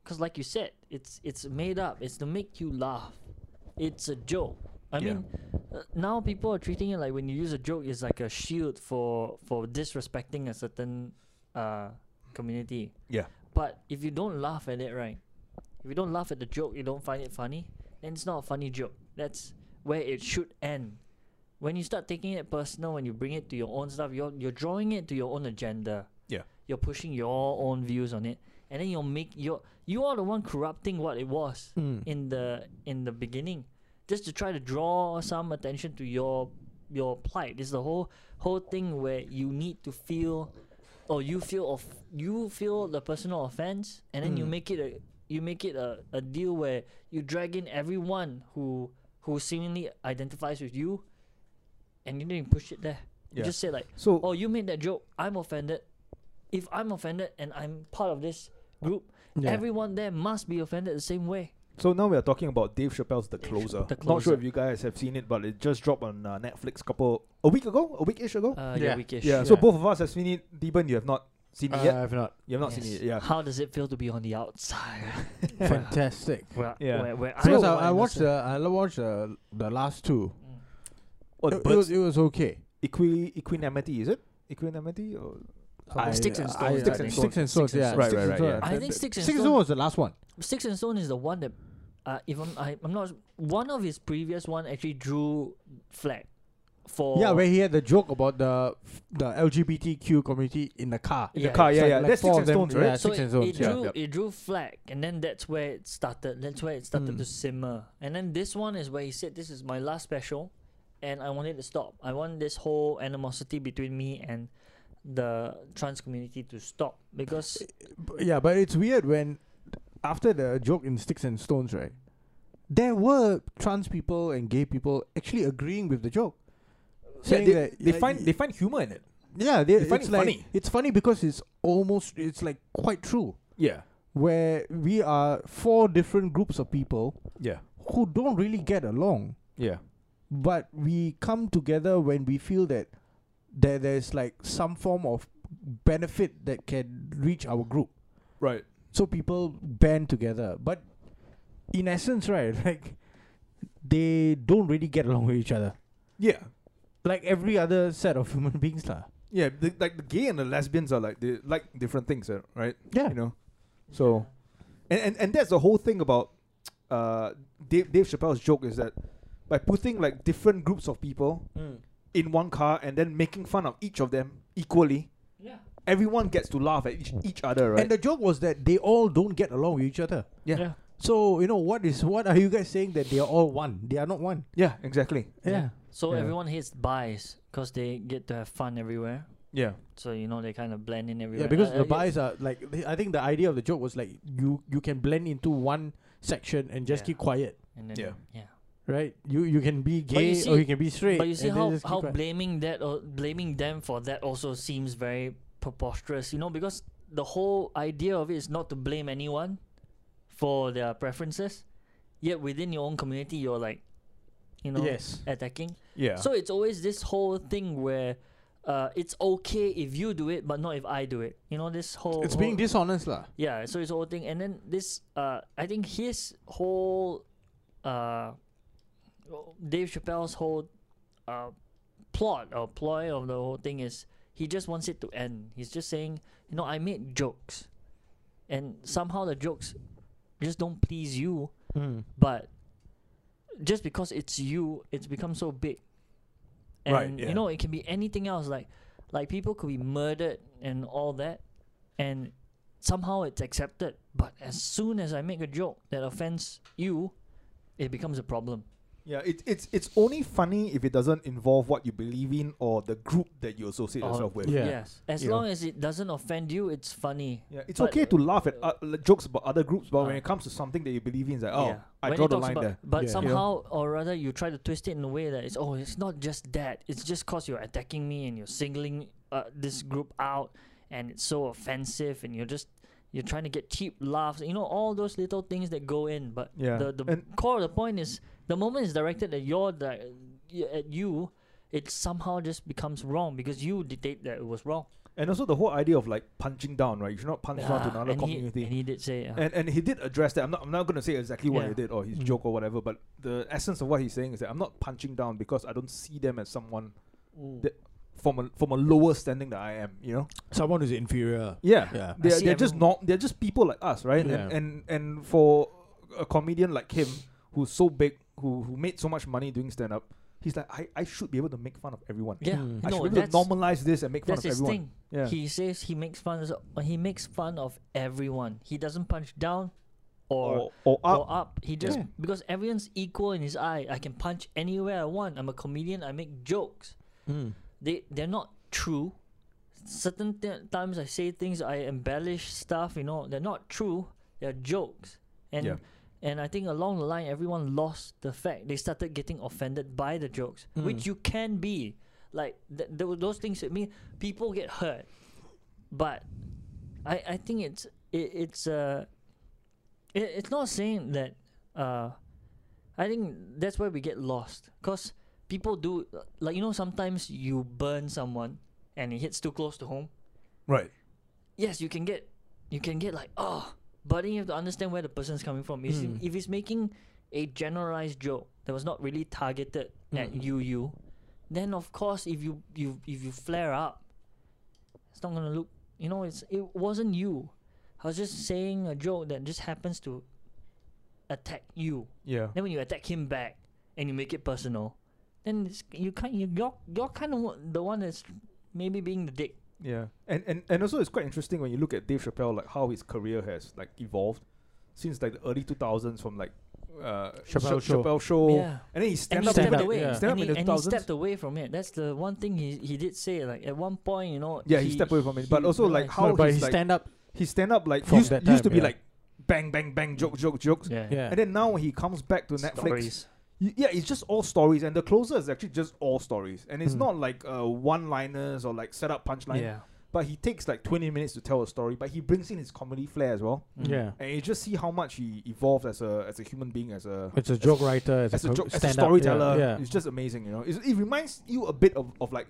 Speaker 2: because like you said, it's it's made up. It's to make you laugh. It's a joke. I
Speaker 1: Yeah.
Speaker 2: mean, uh, now people are treating it like when you use a joke, it's like a shield for for disrespecting a certain uh community.
Speaker 1: Yeah.
Speaker 2: But if you don't laugh at it, right? If you don't laugh at the joke, you don't find it funny, then it's not a funny joke. That's where it should end. When you start taking it personal, when you bring it to your own stuff, you're you're drawing it to your own agenda.
Speaker 1: Yeah.
Speaker 2: You're pushing your own views on it, and then you're make you're you are the one corrupting what it was
Speaker 3: Mm.
Speaker 2: in the in the beginning, just to try to draw some attention to your your plight. It's the whole whole thing where you need to feel, or you feel of you feel the personal offense, and then
Speaker 1: Hmm.
Speaker 2: you
Speaker 3: Mm.
Speaker 2: make it a you make it a, a deal where you drag in everyone who who seemingly identifies with you, and you didn't push it there. You
Speaker 1: Yeah.
Speaker 2: just say like,
Speaker 1: So
Speaker 2: oh, you made that joke. I'm offended. If I'm offended and I'm part of this group,
Speaker 3: Yeah.
Speaker 2: everyone there must be offended the same way.
Speaker 1: so now we are talking about Dave Chappelle's The Closer.
Speaker 2: The
Speaker 1: Not sure
Speaker 2: Closer.
Speaker 1: if you guys have seen it, but it just dropped on uh, Netflix couple a week ago, a week-ish ago.
Speaker 2: Uh, yeah.
Speaker 3: Yeah.
Speaker 2: weakish.
Speaker 1: yeah, So both of us have seen it. Deben, you have not seen it yet.
Speaker 3: I've Uh, not.
Speaker 1: You have not seen
Speaker 2: Yes.
Speaker 1: it. yet, Yeah.
Speaker 2: How does it feel to be on the outside?
Speaker 3: Fantastic.
Speaker 2: Where,
Speaker 1: Yeah.
Speaker 2: where, where
Speaker 3: Because
Speaker 2: am
Speaker 3: I, I watched the
Speaker 2: innocent.
Speaker 3: I lo- watched uh, the last two.
Speaker 2: Mm.
Speaker 1: Oh,
Speaker 3: It,
Speaker 1: the
Speaker 3: it
Speaker 1: birds.
Speaker 3: was it was okay.
Speaker 1: Equi- equanimity is it? Equanimity or
Speaker 3: I-
Speaker 2: Sticks and
Speaker 3: I-
Speaker 2: Stones,
Speaker 1: Sticks and
Speaker 3: Sticks and
Speaker 2: Stones.
Speaker 3: stones. Yeah.
Speaker 1: Stones.
Speaker 2: Sticks and
Speaker 1: Right, right,
Speaker 3: Sticks and
Speaker 1: right,
Speaker 3: Stones.
Speaker 2: yeah. I think Sticks and
Speaker 3: Sticks
Speaker 2: Stones-
Speaker 3: was the last one.
Speaker 2: Sticks and Stone is the one that, uh, if I'm, I, I'm not, one of his previous one actually drew flag for.
Speaker 3: Yeah, where he had the joke about the the LGBTQ community in the car.
Speaker 2: Yeah,
Speaker 1: the car?
Speaker 3: It's
Speaker 1: Yeah,
Speaker 3: like-
Speaker 1: yeah.
Speaker 3: like
Speaker 1: That's sticks
Speaker 3: four
Speaker 1: and
Speaker 3: of them,
Speaker 1: stones, right?
Speaker 3: yeah.
Speaker 2: so
Speaker 3: Sticks
Speaker 2: it,
Speaker 3: and Stones,
Speaker 2: it
Speaker 1: yeah.
Speaker 2: drew
Speaker 1: Yep.
Speaker 2: it drew flag, and then that's where it started. That's where it
Speaker 3: Hmm.
Speaker 2: started to simmer, and then this one is where he said, "This is my last special, and I wanted to stop. I want this whole animosity between me and the trans community to stop because
Speaker 3: B- yeah, but it's weird when after the joke in Sticks and Stones, right? There were trans people and gay people actually agreeing with the joke. Saying
Speaker 1: they,
Speaker 3: that,
Speaker 1: they
Speaker 3: yeah,
Speaker 1: find
Speaker 3: y-
Speaker 1: they find humor in it.
Speaker 3: yeah, they,
Speaker 1: they find
Speaker 3: it's
Speaker 1: it
Speaker 3: like
Speaker 1: funny.
Speaker 3: it's funny because it's almost it's like quite true.
Speaker 1: Yeah,
Speaker 3: Where we are four different groups of people
Speaker 1: yeah,
Speaker 3: who don't really get along,
Speaker 1: yeah,
Speaker 3: but we come together when we feel that there there's like some form of benefit that can reach our group.
Speaker 1: right.
Speaker 3: so people band together but in essence right like they don't really get along with each other
Speaker 1: Yeah,
Speaker 3: like every other set of human beings lah.
Speaker 1: yeah. The, like the gay and the lesbians are like they like different things, uh, right?
Speaker 3: yeah
Speaker 1: You know, so and and, and that's the whole thing about uh Dave, Dave Chappelle's joke is that by putting like different groups of people
Speaker 2: Hmm.
Speaker 1: in one car and then making fun of each of them equally,
Speaker 2: yeah.
Speaker 1: everyone gets to laugh at each, each other, right?
Speaker 3: and the joke was that they all don't get along with each other
Speaker 1: yeah. yeah,
Speaker 2: Yeah.
Speaker 3: so you know what is what are you guys saying that they are all one they are not one
Speaker 1: exactly.
Speaker 2: Yeah.
Speaker 3: yeah
Speaker 2: So
Speaker 1: Yeah.
Speaker 2: everyone hates buys because they get to have fun everywhere.
Speaker 1: Yeah,
Speaker 2: So you know they kind of blend in everywhere.
Speaker 3: yeah because
Speaker 2: Uh, uh,
Speaker 3: the bias are like the- i think the idea of the joke was like you you can blend into one section and
Speaker 2: Yeah.
Speaker 3: just keep quiet
Speaker 2: And then,
Speaker 1: Yeah.
Speaker 2: yeah.
Speaker 3: right you you can be gay
Speaker 2: see-
Speaker 3: or you can be straight
Speaker 2: But you see
Speaker 3: and then
Speaker 2: how,
Speaker 3: just keep
Speaker 2: how
Speaker 3: quiet.
Speaker 2: blaming that or blaming them for that also seems very preposterous, you know, because the whole idea of it is not to blame anyone for their preferences. Yet within your own community you're like you know
Speaker 3: yes
Speaker 2: attacking.
Speaker 1: yeah.
Speaker 2: So it's always this whole thing where uh, it's okay if you do it, but not if I do it. You know, this whole
Speaker 3: it's being
Speaker 2: whole-
Speaker 3: dishonest, lah.
Speaker 2: yeah, so his whole thing, and then this, uh, I think his whole, uh, Dave Chappelle's whole, uh, plot or ploy of the whole thing is he just wants it to end. He's just saying, you know, I made jokes, and somehow the jokes just don't please you, but just because it's you, it's become so big. And
Speaker 3: Right, yeah.
Speaker 2: you know, it can be anything else. Like like people could be murdered and all that and somehow it's accepted. But as soon as I make a joke that offends you, it becomes a problem.
Speaker 1: Yeah, it, it's it's only funny if it doesn't involve what you believe in or the group that you associate
Speaker 2: Or-
Speaker 1: yourself with.
Speaker 3: Yeah.
Speaker 2: Yes. As
Speaker 1: You know.
Speaker 2: long as it doesn't offend you, it's funny.
Speaker 1: Yeah, it's
Speaker 2: But-
Speaker 1: okay to laugh at uh, like, jokes about other groups, but when
Speaker 2: Uh.
Speaker 1: it comes to something that you believe in, it's like, oh,
Speaker 2: Yeah.
Speaker 1: I
Speaker 2: When
Speaker 1: draw
Speaker 2: he
Speaker 1: the
Speaker 2: talks
Speaker 1: line
Speaker 2: about-
Speaker 1: there.
Speaker 2: But
Speaker 3: Yeah.
Speaker 2: somehow, or rather, you try to twist it in a way that it's oh, it's not just that. It's just cause you're attacking me and you're singling uh, this group out, and it's so offensive, and you're just you're trying to get cheap laughs. You know all those little things that go in. But
Speaker 1: Yeah.
Speaker 2: the the
Speaker 1: And-
Speaker 2: core of the point is the moment it's directed at your di- y- at you, it somehow just becomes wrong because you dictate that it was wrong.
Speaker 1: And also the whole idea of like punching down, right? You should not punch down to
Speaker 2: Ah,
Speaker 1: another
Speaker 2: and he,
Speaker 1: community.
Speaker 2: and he did say. uh,
Speaker 1: and and he did address that. I'm not I'm not gonna say exactly what
Speaker 2: Yeah.
Speaker 1: he did or his
Speaker 3: Mm.
Speaker 1: joke or whatever, but the essence of what he's saying is that I'm not punching down because I don't see them as someone that from a from a lower standing that I am, you know?
Speaker 3: Someone who's inferior.
Speaker 1: Yeah.
Speaker 3: Yeah. I
Speaker 1: They're,
Speaker 2: see
Speaker 1: they're just
Speaker 2: everyone-
Speaker 1: not they're just people like us, right? And,
Speaker 3: Yeah.
Speaker 1: and and for a comedian like him who's so big, who who made so much money doing stand up, he's like I, I should be able to make fun of everyone.
Speaker 2: yeah,
Speaker 3: Mm.
Speaker 1: Hmm. I
Speaker 2: no,
Speaker 1: should be able
Speaker 2: that's
Speaker 1: to normalize this and make fun
Speaker 2: that's
Speaker 1: of
Speaker 2: his
Speaker 1: everyone.
Speaker 2: thing.
Speaker 1: Yeah.
Speaker 2: He says he makes fun. Of, he makes fun of everyone. He doesn't punch down, or or,
Speaker 1: or, or up.
Speaker 2: up. He just
Speaker 1: Yeah.
Speaker 2: because everyone's equal in his eye. I can punch anywhere I want. I'm a comedian. I make jokes.
Speaker 3: Oh,
Speaker 2: They they're not true. Certain th- times I say things. I embellish stuff. You know they're not true. They're jokes. And
Speaker 1: Yeah.
Speaker 2: and I think along the line everyone lost the fact they started getting offended by the jokes, which you can be. Like th- th- those things with me, people get hurt but I I think it's it, it's uh it, it's not saying that uh I think that's where we get lost because people do like you know sometimes you burn someone and it hits too close to home
Speaker 1: Right.
Speaker 2: yes you can get you can get like oh but then you have to understand where the person's coming from Is
Speaker 3: Mm.
Speaker 2: if he's making a generalized joke that was not really targeted at
Speaker 3: Mm.
Speaker 2: you you then of course if you you if you flare up it's not gonna look you know it's it wasn't you i was just saying a joke that just happens to attack you
Speaker 1: Yeah.
Speaker 2: then when you attack him back and you make it personal then it's, you can't you, you're, you're kind of the one that's maybe being the dick
Speaker 1: Yeah, and, and and also it's quite interesting when you look at Dave Chappelle, like how his career has like evolved since like the early two thousands from like uh,
Speaker 3: Chappelle
Speaker 1: Ch-
Speaker 3: Show.
Speaker 1: Chappelle Show,
Speaker 2: Yeah.
Speaker 1: Oh. and then he
Speaker 2: and
Speaker 1: stand
Speaker 2: he
Speaker 1: up
Speaker 2: stepped
Speaker 1: comedy-
Speaker 2: away.
Speaker 3: yeah.
Speaker 1: stand up
Speaker 2: and,
Speaker 1: in the
Speaker 2: he, and he
Speaker 1: 2000s.
Speaker 2: stepped away from it. That's the one thing he, he did say. Like at one point, you know.
Speaker 1: Yeah, he stepped away from it, but
Speaker 2: he
Speaker 1: also, like,
Speaker 2: realised-
Speaker 1: how
Speaker 3: but
Speaker 1: he's
Speaker 3: his
Speaker 1: like-
Speaker 3: stand up.
Speaker 1: His stand up like
Speaker 3: From
Speaker 1: used,
Speaker 3: that
Speaker 1: used to
Speaker 3: time,
Speaker 1: be
Speaker 3: yeah.
Speaker 1: like bang bang bang joke joke jokes,
Speaker 2: yeah,
Speaker 3: Yeah.
Speaker 1: and then now when he comes back to Netflix.
Speaker 2: Stories.
Speaker 1: y- Yeah, it's just all stories, and the closer is actually just all stories, and it's
Speaker 3: Mm.
Speaker 1: not like uh, one-liners or like set-up punchline.
Speaker 2: Yeah.
Speaker 1: But he takes like twenty minutes to tell a story, but he brings in his comedy flair as well,
Speaker 2: Mm.
Speaker 3: Yeah.
Speaker 1: and you just see how much he evolved as a as a human being, as a
Speaker 3: It's a joke writer. It's
Speaker 1: as a,
Speaker 3: co-
Speaker 1: jo- as a
Speaker 3: stand-up,
Speaker 1: storyteller.
Speaker 3: Yeah.
Speaker 1: It's just amazing, you know. It's, it reminds you a bit of, of like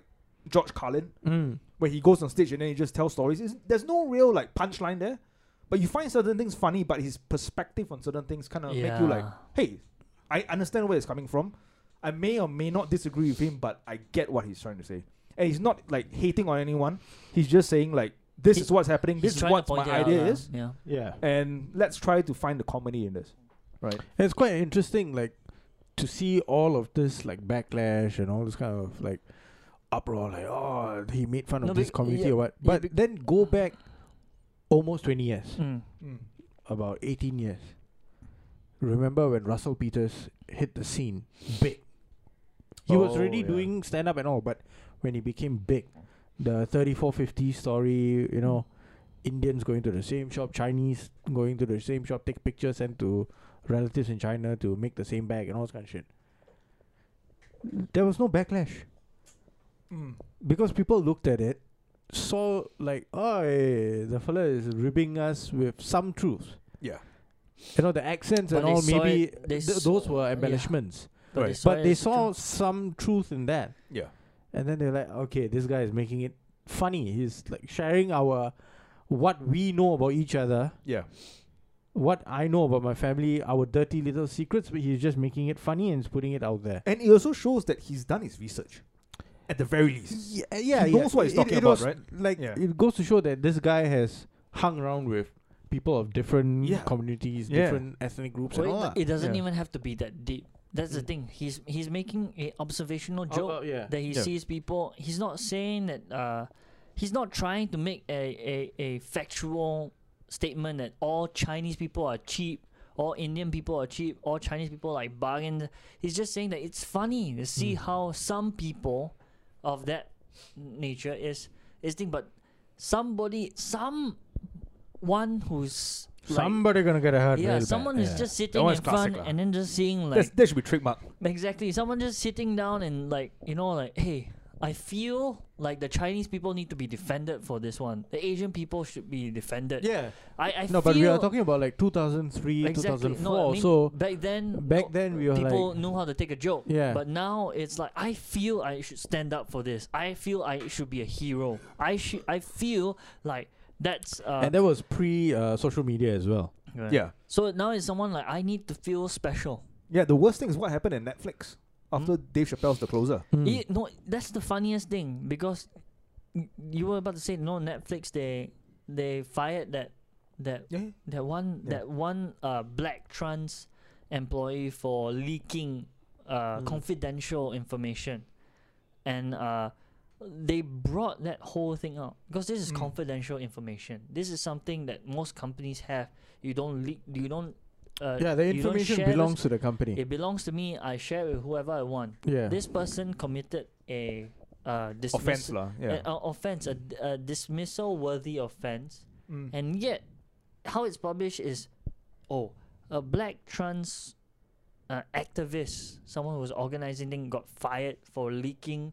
Speaker 1: George Carlin,
Speaker 3: yeah. Mm.
Speaker 1: where he goes on stage and then he just tells stories. It's, there's no real like punchline there, but you find certain things funny. But his perspective on certain things kind of make you like,
Speaker 2: Yeah.
Speaker 1: hey, I understand where it's coming from. I may or may not disagree with him, but I get what he's trying to say. And he's not like hating on anyone. He's just saying like, this
Speaker 2: He-
Speaker 1: is what's happening. This
Speaker 2: He's
Speaker 1: is
Speaker 2: trying to
Speaker 1: what my
Speaker 2: point it out,
Speaker 1: idea
Speaker 2: yeah.
Speaker 1: is,
Speaker 2: Yeah.
Speaker 3: Yeah.
Speaker 1: and let's try to find the comedy in this. Right.
Speaker 3: It's quite interesting, like to see all of this like backlash and all this kind of like uproar, like oh he made fun
Speaker 2: No,
Speaker 3: of this
Speaker 2: bec-
Speaker 3: community
Speaker 2: yeah,
Speaker 3: or what.
Speaker 2: yeah,
Speaker 3: But
Speaker 2: bec-
Speaker 3: then go back almost twenty years,
Speaker 2: Mm.
Speaker 1: Mm.
Speaker 3: about eighteen years. Remember when Russell Peters hit the scene big? He was
Speaker 1: Oh,
Speaker 3: already
Speaker 1: yeah.
Speaker 3: doing stand up and all, but when he became big, the thirty four fifty story, you know, Indians going to the same shop, Chinese going to the same shop, take pictures, send to relatives in China to make the same bag and all this kind of shit. There was no backlash
Speaker 1: Mm.
Speaker 3: because people looked at it, saw like, oh, the fella is ribbing us with some truth.
Speaker 1: Yeah.
Speaker 3: You know, the accents
Speaker 2: But
Speaker 3: and
Speaker 2: they
Speaker 3: all,
Speaker 2: saw
Speaker 3: maybe
Speaker 2: it- they
Speaker 3: th-
Speaker 2: saw-
Speaker 3: those were
Speaker 2: yeah.
Speaker 3: embellishments.
Speaker 1: Right.
Speaker 2: saw
Speaker 3: But
Speaker 2: it
Speaker 3: they
Speaker 2: as a
Speaker 3: saw
Speaker 2: joke.
Speaker 3: some truth in that.
Speaker 1: Yeah.
Speaker 3: And then they're like, okay, this guy is making it funny. He's like sharing our what we know about each other,
Speaker 1: Yeah.
Speaker 3: what I know about my family, our dirty little secrets, but he's just making it funny and he's putting it out there.
Speaker 1: And it also shows that he's done his research, at the very least.
Speaker 3: Yeah, yeah,
Speaker 1: He
Speaker 3: yeah.
Speaker 1: knows what he's talking about,
Speaker 3: was
Speaker 1: right?
Speaker 3: Like
Speaker 1: Yeah.
Speaker 3: it goes to show that this guy has hung around with people of different
Speaker 1: Yeah.
Speaker 3: communities,
Speaker 1: Yeah.
Speaker 3: different ethnic groups, and all
Speaker 2: Well,
Speaker 3: that.
Speaker 2: it, it doesn't
Speaker 1: Yeah. Hmm.
Speaker 2: even have to be that deep. That's the thing. He's he's making a observational
Speaker 3: Oh,
Speaker 2: joke
Speaker 3: oh, yeah.
Speaker 2: that he
Speaker 1: Yeah.
Speaker 2: sees people. He's not saying that. Uh, he's not trying to make a, a, a factual statement that all Chinese people are cheap, all Indian people are cheap, all Chinese people are like bargains. He's just saying that it's funny to see how some people of that nature is is thing, but somebody some one who's like,
Speaker 3: Somebody gonna get a hurt.
Speaker 2: yeah,
Speaker 3: real bad.
Speaker 2: someone is
Speaker 3: Yeah.
Speaker 2: just sitting in
Speaker 1: one's classic
Speaker 2: front
Speaker 1: lah.
Speaker 2: and then just seeing like
Speaker 1: That's, that should be trademark.
Speaker 2: exactly someone just sitting down and like you know like hey, I feel like the Chinese people need to be defended for this one. The Asian people should be defended.
Speaker 3: Yeah.
Speaker 2: I, I
Speaker 3: No,
Speaker 2: feel
Speaker 3: but we are talking about like 2003,
Speaker 2: exactly.
Speaker 3: 2004.
Speaker 2: No, I mean, uh,
Speaker 3: so
Speaker 2: back then,
Speaker 3: back
Speaker 2: no-
Speaker 3: then we were
Speaker 2: people
Speaker 3: like-
Speaker 2: knew how to take a joke.
Speaker 3: Yeah.
Speaker 2: But now it's like I feel I should stand up for this. I feel I should be a hero. I should. I feel like that's. Uh,
Speaker 3: and that was pre uh, social media as well.
Speaker 2: yeah.
Speaker 1: Yeah.
Speaker 2: So now it's someone like I need to feel special.
Speaker 1: Yeah. The worst thing is what happened in Netflix
Speaker 2: Hmm?
Speaker 1: after Dave Chappelle's The Closer.
Speaker 3: Hmm.
Speaker 2: Yeah, no, that's the funniest thing because y- you were about to say no Netflix they they fired that that
Speaker 1: Yeah.
Speaker 2: that one
Speaker 1: Yeah.
Speaker 2: that one uh black trans employee for leaking uh
Speaker 3: Mm.
Speaker 2: confidential information and uh they brought that whole thing out because this is
Speaker 3: Hmm.
Speaker 1: Mm.
Speaker 2: confidential information this is something that most companies have you don't leak you don't uh,
Speaker 3: yeah, the
Speaker 2: you don't
Speaker 3: information
Speaker 2: share this-
Speaker 3: belongs to the company.
Speaker 2: it belongs to me i share with whoever i want
Speaker 3: yeah.
Speaker 2: this person committed a uh, dismiss-
Speaker 1: Offense lah. Yeah.
Speaker 2: a- a offense, a, d- a dismissal worthy offense,
Speaker 1: Mm.
Speaker 2: and yet how it's published is, oh, a black trans uh, activist, someone who was organizing thing, got fired for leaking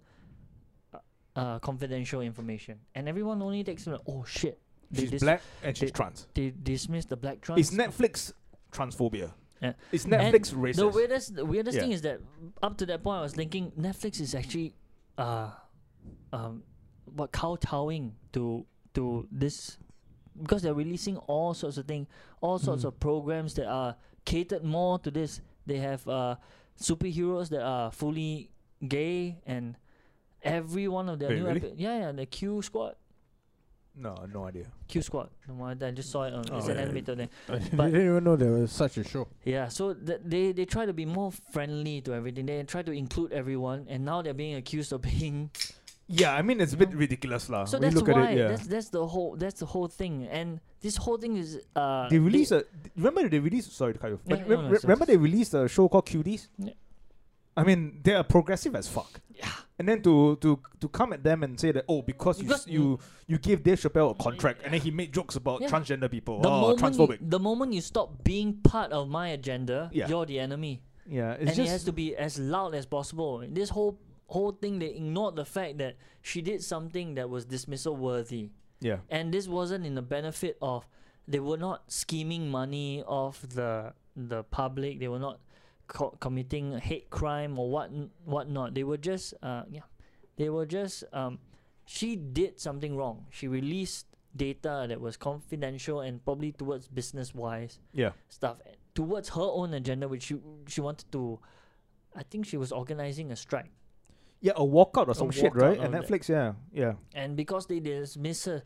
Speaker 2: uh, uh, confidential information, and everyone only takes it like, oh shit, they
Speaker 1: She's
Speaker 2: dis-
Speaker 1: black and she's
Speaker 2: they-
Speaker 1: trans.
Speaker 2: they dismissed the black trans.
Speaker 1: It's Netflix transphobia.
Speaker 2: Yeah.
Speaker 1: It's
Speaker 2: And
Speaker 1: Netflix racist.
Speaker 2: The weirdest, the weirdest
Speaker 1: Yeah.
Speaker 2: thing is that up to that point, I was thinking Netflix is actually, uh, um, what kowtowing to to this, because they're releasing all sorts of things, all sorts
Speaker 1: Mm-hmm.
Speaker 3: Mm.
Speaker 2: of programs that are catered more to this. They have uh, superheroes that are fully gay and every one of their
Speaker 1: Wait,
Speaker 2: new
Speaker 1: really?
Speaker 2: epi- yeah yeah the Q Squad
Speaker 1: no, no idea.
Speaker 2: Q Squad the one that I just saw it on
Speaker 1: Oh,
Speaker 2: it's an
Speaker 1: yeah.
Speaker 2: animated thing
Speaker 3: I
Speaker 2: but-
Speaker 3: didn't even know there was such a show.
Speaker 2: Yeah, so th- they they try to be more friendly to everything. They try to include everyone, and now they're being accused of being.
Speaker 1: Yeah, I mean it's a bit ridiculous lah.
Speaker 2: So
Speaker 1: when
Speaker 2: that's
Speaker 1: you Uh-huh. look at
Speaker 2: why.
Speaker 1: it, yeah.
Speaker 2: That's that's the whole that's the whole thing, and this whole thing is. Uh,
Speaker 1: they released a remember they released sorry to cut you off, but
Speaker 2: Yeah,
Speaker 1: rem-
Speaker 2: no, no,
Speaker 1: re-
Speaker 2: it's-
Speaker 1: remember they released a show called Cuties.
Speaker 2: Yeah.
Speaker 1: I mean they are progressive as fuck.
Speaker 2: Yeah.
Speaker 1: And then to to to come at them and say that oh because,
Speaker 2: Because-
Speaker 1: you, s- you you gave Dave Chappelle a contract and then he made jokes about
Speaker 2: Yeah.
Speaker 1: transgender people
Speaker 2: the
Speaker 1: oh
Speaker 2: moment
Speaker 1: transphobic.
Speaker 2: You, the moment you stop being part of my agenda,
Speaker 1: Yeah.
Speaker 2: you're the enemy,
Speaker 1: yeah, it's
Speaker 2: and
Speaker 1: just
Speaker 2: it has to be as loud as possible. This whole whole thing they ignored the fact that she did something that was dismissal worthy.
Speaker 1: yeah.
Speaker 2: and this wasn't in the benefit of they were not scheming money off the the public they were not co- committing hate crime or what whatnot they were just uh yeah they were just um she did something wrong she released data that was confidential and probably towards business wise
Speaker 1: Yeah.
Speaker 2: stuff eh, towards her own agenda which she she wanted to i think she was organizing a strike
Speaker 1: Yeah, a walkout or some shit,
Speaker 2: walkout
Speaker 1: right? And
Speaker 2: of that.
Speaker 1: Netflix, yeah. Yeah.
Speaker 2: and because they dismiss her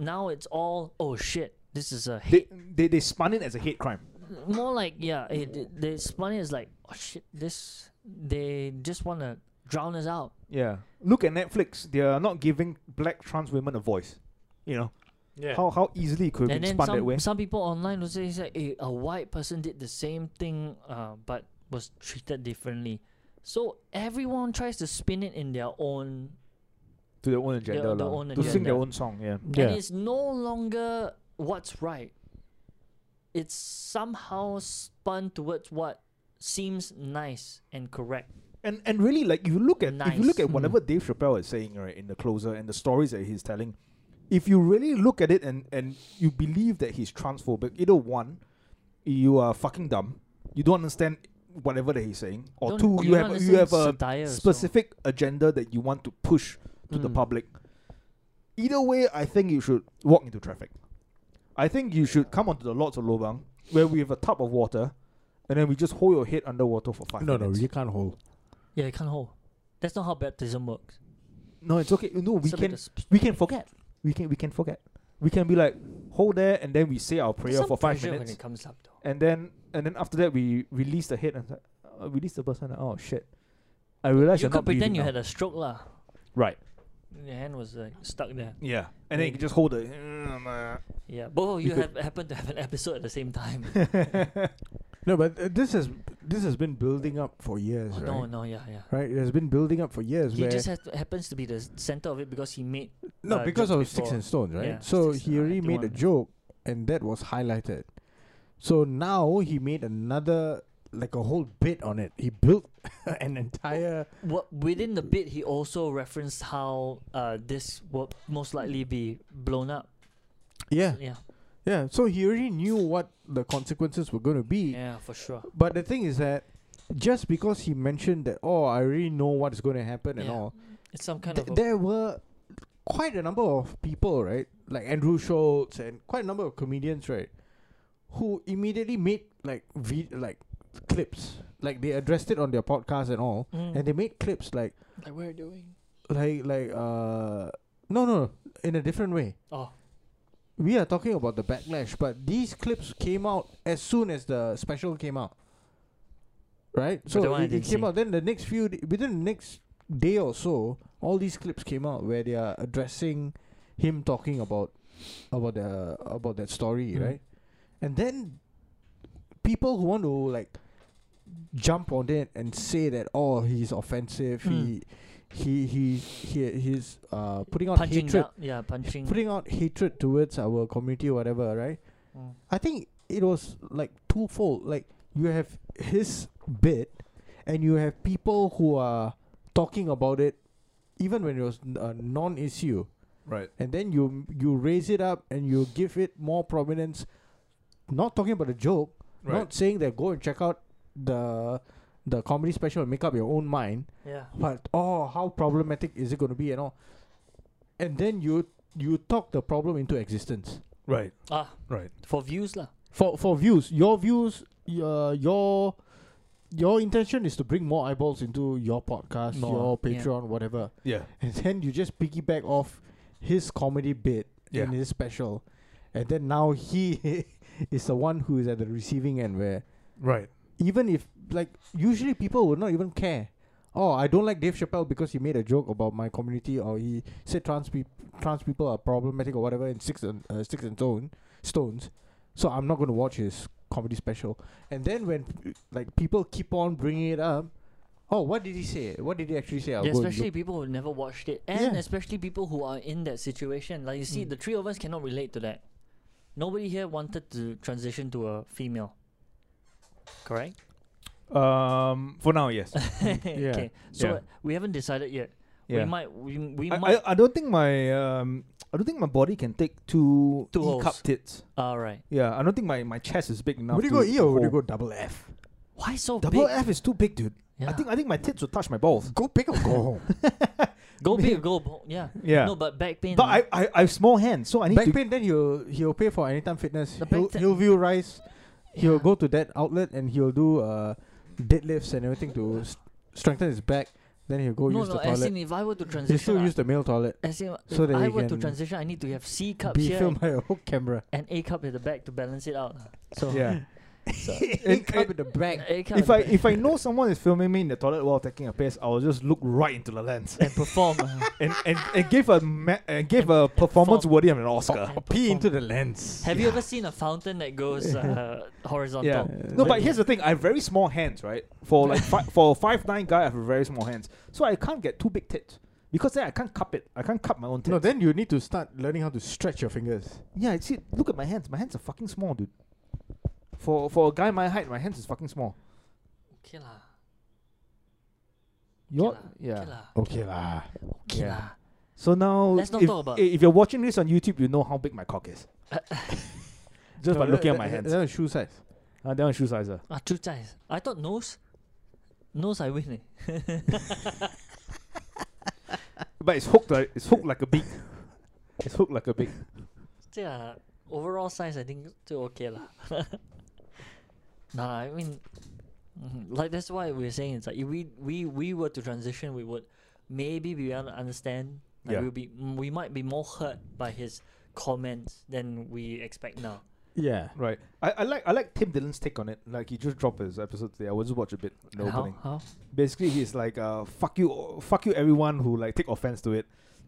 Speaker 2: now it's all oh shit this is a hate
Speaker 1: They, they they spun it as a hate crime.
Speaker 2: more like yeah it, it, the spun is like oh shit this they just want to drown us out
Speaker 1: Yeah. Look at Netflix. They are not giving black trans women a voice. You know?
Speaker 3: Yeah.
Speaker 1: How how easily it could have
Speaker 2: and
Speaker 1: been
Speaker 2: then
Speaker 1: spun
Speaker 2: some,
Speaker 1: that way.
Speaker 2: some people online will say it's like, "Eh, a white person did the same thing uh, but was treated differently so everyone tries to spin it in their own
Speaker 1: to their own agenda.
Speaker 2: their
Speaker 1: lah,
Speaker 2: own
Speaker 1: to sing their own
Speaker 2: agenda.
Speaker 1: song, yeah.
Speaker 2: and it's no longer what's right it's somehow spun towards what seems nice and correct
Speaker 1: And and really like if you look at if you look
Speaker 2: Nice.
Speaker 1: at whatever Dave Chappelle is saying, right, in the closer and the stories that he's telling, if you really look at it and, and you believe that he's transphobic, either one, you are fucking dumb. You don't understand whatever that he's saying, or
Speaker 2: Don't-
Speaker 1: two, you,
Speaker 2: you're not
Speaker 1: have you
Speaker 2: listening
Speaker 1: have
Speaker 2: to
Speaker 1: a
Speaker 2: Sudhir, so-
Speaker 1: specific agenda that you want to push to the
Speaker 2: Mm.
Speaker 1: public. Either way, I think you should walk into traffic. I think you should come onto the lots of lobang where we have a tub of water, and then we just hold your head underwater for five
Speaker 3: No, no,
Speaker 1: minutes.
Speaker 3: you can't hold.
Speaker 2: Yeah, you can't hold. That's not how baptism works.
Speaker 1: no, it's okay. No, we
Speaker 2: It's a bit
Speaker 1: can
Speaker 2: of sp-
Speaker 1: we can forget. We can we can forget. We can be like hold there, and then we say our
Speaker 2: there's
Speaker 1: prayer
Speaker 2: some
Speaker 1: for five
Speaker 2: pressure
Speaker 1: minutes.
Speaker 2: when it comes up. Though.
Speaker 1: and then and then after that we release the head and it's like, uh, release the person. Oh shit! I realized
Speaker 2: You
Speaker 1: you're
Speaker 2: could
Speaker 1: not breathing
Speaker 2: pretend you
Speaker 1: now.
Speaker 2: had a stroke lah.
Speaker 1: right.
Speaker 2: Your hand was like stuck there.
Speaker 1: Yeah, and then you
Speaker 2: Mm.
Speaker 1: can just hold the.
Speaker 2: Yeah, both of
Speaker 1: You
Speaker 2: you
Speaker 1: could-
Speaker 2: have happened to have an episode at the same time.
Speaker 3: No, but uh, this has this has been building up for years,
Speaker 2: oh,
Speaker 3: right?
Speaker 2: no, no, yeah, yeah.
Speaker 3: Right, it has been building up for years.
Speaker 2: He
Speaker 3: where
Speaker 2: just has happens to be the s- center of it because he made
Speaker 3: no,
Speaker 2: uh,
Speaker 3: because
Speaker 2: jokes
Speaker 3: of Six
Speaker 2: before.
Speaker 3: and Stones, right?
Speaker 2: Yeah,
Speaker 3: so
Speaker 2: Sticks
Speaker 3: he
Speaker 2: and- I
Speaker 3: already
Speaker 2: do
Speaker 3: made
Speaker 2: wanna-
Speaker 3: a joke, and that was highlighted. So now he made another, like a whole bit on it. He built an entire.
Speaker 2: what within the bit. He also referenced how uh, this will most likely be blown up.
Speaker 3: Yeah,
Speaker 2: Yeah,
Speaker 3: yeah. So he already knew what the consequences were going to be.
Speaker 2: yeah, for sure.
Speaker 3: But the thing is that just because he mentioned that, oh, I already know what's going to happen and
Speaker 2: Yeah.
Speaker 3: all,
Speaker 2: It's some kind
Speaker 3: th-
Speaker 2: of a,
Speaker 3: there were quite a number of people, right? Like Andrew Schultz and quite a number of comedians, right? Who immediately made like vi- like clips, like they addressed it on their podcast and all,
Speaker 2: Mm.
Speaker 3: and they made clips like
Speaker 2: like we're doing.
Speaker 3: like like uh no no in a different way.
Speaker 2: Oh,
Speaker 3: We are talking about the backlash, but these clips came out as soon as the special came out. Right?
Speaker 2: that
Speaker 3: So
Speaker 2: one I
Speaker 3: it, it
Speaker 2: didn't
Speaker 3: came
Speaker 2: see.
Speaker 3: out. Then the next few, d- within the next day or so, all these clips came out where they are addressing him talking about about the about that story,
Speaker 2: Mm.
Speaker 3: right? And then people who want to like jump on it and say that oh he's offensive,
Speaker 2: Mm.
Speaker 3: he he he he he's uh putting out
Speaker 2: punching
Speaker 3: hatred
Speaker 2: down. Yeah, punching.
Speaker 3: putting out hatred towards our community or whatever, right?
Speaker 2: Mm.
Speaker 3: I think it was like twofold. Like you have his bit, and you have people who are talking about it, even when it was n- a non-issue,
Speaker 1: right.
Speaker 3: and then you you raise it up and you give it more prominence. Not talking about a joke,
Speaker 1: Right.
Speaker 3: not saying that go and check out the the comedy special and make up your own mind,
Speaker 2: Yeah.
Speaker 3: but oh how problematic is it going to be and all and then you you talk the problem into existence
Speaker 1: Right.
Speaker 2: Ah,
Speaker 1: Right.
Speaker 2: for views lah.
Speaker 3: for for views your views your your your intention is to bring more eyeballs into your podcast
Speaker 2: More,
Speaker 3: your
Speaker 2: yeah.
Speaker 3: patreon whatever
Speaker 1: Yeah.
Speaker 3: and then you just piggyback off his comedy bit
Speaker 1: Yeah.
Speaker 3: and his special and then now he is the one who is at the receiving end where
Speaker 1: Right.
Speaker 3: even if like usually people would not even care. Oh, I don't like Dave Chappelle because he made a joke about my community, or he said trans pe- trans people are problematic or whatever in six and uh, six and stone stones. So I'm not going to watch his comedy special. And then when like people keep on bringing it up, oh, what did he say? What did he actually say? I'll
Speaker 2: Yeah,
Speaker 3: go and
Speaker 2: especially
Speaker 3: look."
Speaker 2: people who never watched it, and
Speaker 3: Yeah. Mm.
Speaker 2: especially people who are in that situation. Like you see, the three of us cannot relate to that. Nobody here wanted to transition to a female. Correct.
Speaker 1: Um. For now, yes.
Speaker 3: Mm, yeah,
Speaker 2: okay. So
Speaker 1: yeah.
Speaker 2: uh, we haven't decided yet.
Speaker 1: Yeah.
Speaker 2: We might. We, we
Speaker 1: I,
Speaker 2: might.
Speaker 1: I, I don't think my um I don't think my body can take two,
Speaker 2: Two
Speaker 1: E cup
Speaker 2: holes.
Speaker 1: tits.
Speaker 2: All right.
Speaker 1: Yeah. I don't think my, my chest is big enough.
Speaker 3: would you
Speaker 1: to,
Speaker 3: go E
Speaker 1: to
Speaker 3: or would you go
Speaker 1: hold.
Speaker 3: double F?
Speaker 2: Why so
Speaker 1: Double
Speaker 2: big?
Speaker 1: F is too big, dude.
Speaker 2: Yeah.
Speaker 1: I think I think my tits would touch my balls.
Speaker 3: Go big or go home.
Speaker 2: go big, or go bo- yeah.
Speaker 1: Yeah.
Speaker 2: No, but back pain.
Speaker 1: But
Speaker 2: ah.
Speaker 1: I, I I have small hands, so I need
Speaker 3: Back
Speaker 1: to.
Speaker 3: pain, then he'll he'll pay for Anytime Fitness.
Speaker 2: The back
Speaker 3: He'll,
Speaker 2: ta-
Speaker 3: he'll view Rice. he'll
Speaker 2: Yeah.
Speaker 3: go to that outlet and he'll do uh, deadlifts and everything to s- strengthen his back. Then he'll go
Speaker 2: No,
Speaker 3: use
Speaker 2: no.
Speaker 3: the
Speaker 2: As in,
Speaker 3: toilet.
Speaker 2: if I were to
Speaker 3: He'll still
Speaker 2: transition, I-
Speaker 3: use the male toilet.
Speaker 2: as in,
Speaker 3: so
Speaker 2: if
Speaker 3: that
Speaker 2: I
Speaker 3: he
Speaker 2: were to
Speaker 3: can
Speaker 2: transition, I need to have C cups
Speaker 3: Be
Speaker 2: here
Speaker 3: filmed by a whole camera.
Speaker 2: and A cup at the back to balance it out. So
Speaker 1: Yeah.
Speaker 2: so-
Speaker 1: And-
Speaker 3: Pick up in the back.
Speaker 2: A cup at
Speaker 1: if
Speaker 2: the
Speaker 1: I
Speaker 2: back.
Speaker 1: if I know someone is filming me in the toilet while taking a piss, I'll just look right into the lens
Speaker 2: and perform. uh,
Speaker 1: and and, and give a ma- and give a performance
Speaker 2: perform.
Speaker 1: worthy of an Oscar.
Speaker 2: and
Speaker 3: Pee
Speaker 2: perform.
Speaker 3: into the lens.
Speaker 2: Have you ever seen a fountain that goes uh, horizontal?
Speaker 1: Yeah. No, but here's the thing. I have very small hands, right? For like fi- for a five nine guy, I have very small hands, so I can't get too big tits because then I can't cup it. I can't cup my own tits.
Speaker 3: No, then you need to start learning how to stretch your fingers.
Speaker 1: yeah, see, look at my hands. My hands are fucking small, dude. For for a guy my height, my hands is fucking small.
Speaker 2: Okay lah.
Speaker 1: Your
Speaker 2: okay lah,
Speaker 1: yeah.
Speaker 2: Okay lah.
Speaker 3: Okay lah.
Speaker 2: Okay
Speaker 1: Yeah.
Speaker 2: lah.
Speaker 1: So now,
Speaker 2: Let's not
Speaker 1: if,
Speaker 2: talk about-
Speaker 1: i- if you're watching this on YouTube, you know how big my cock is. Just by looking at my hands.
Speaker 3: That's a shoe size.
Speaker 1: Ah, that one shoe sizer.
Speaker 2: Ah, two size. I thought nose. Nose, I win. Eh.
Speaker 1: But it's hooked like it's hooked like a beak. It's hooked like a beak.
Speaker 2: Yeah, uh, overall size, I think still okay lah. nah, I mean, mhm, like that's why we're saying it's like if we we we were to transition, we would maybe we un- understand. Like
Speaker 1: Yeah.
Speaker 2: we'll be mm, we might be more hurt by his comments than we expect now.
Speaker 3: Yeah.
Speaker 1: Right. I, I like I like Tim Dillon's take on it. Like he just dropped his episode today. I was just watch a bit in the
Speaker 2: And how
Speaker 1: opening.
Speaker 2: how
Speaker 1: Basically, he's like, uh, "Fuck you, fuck you, everyone who like take offense to it.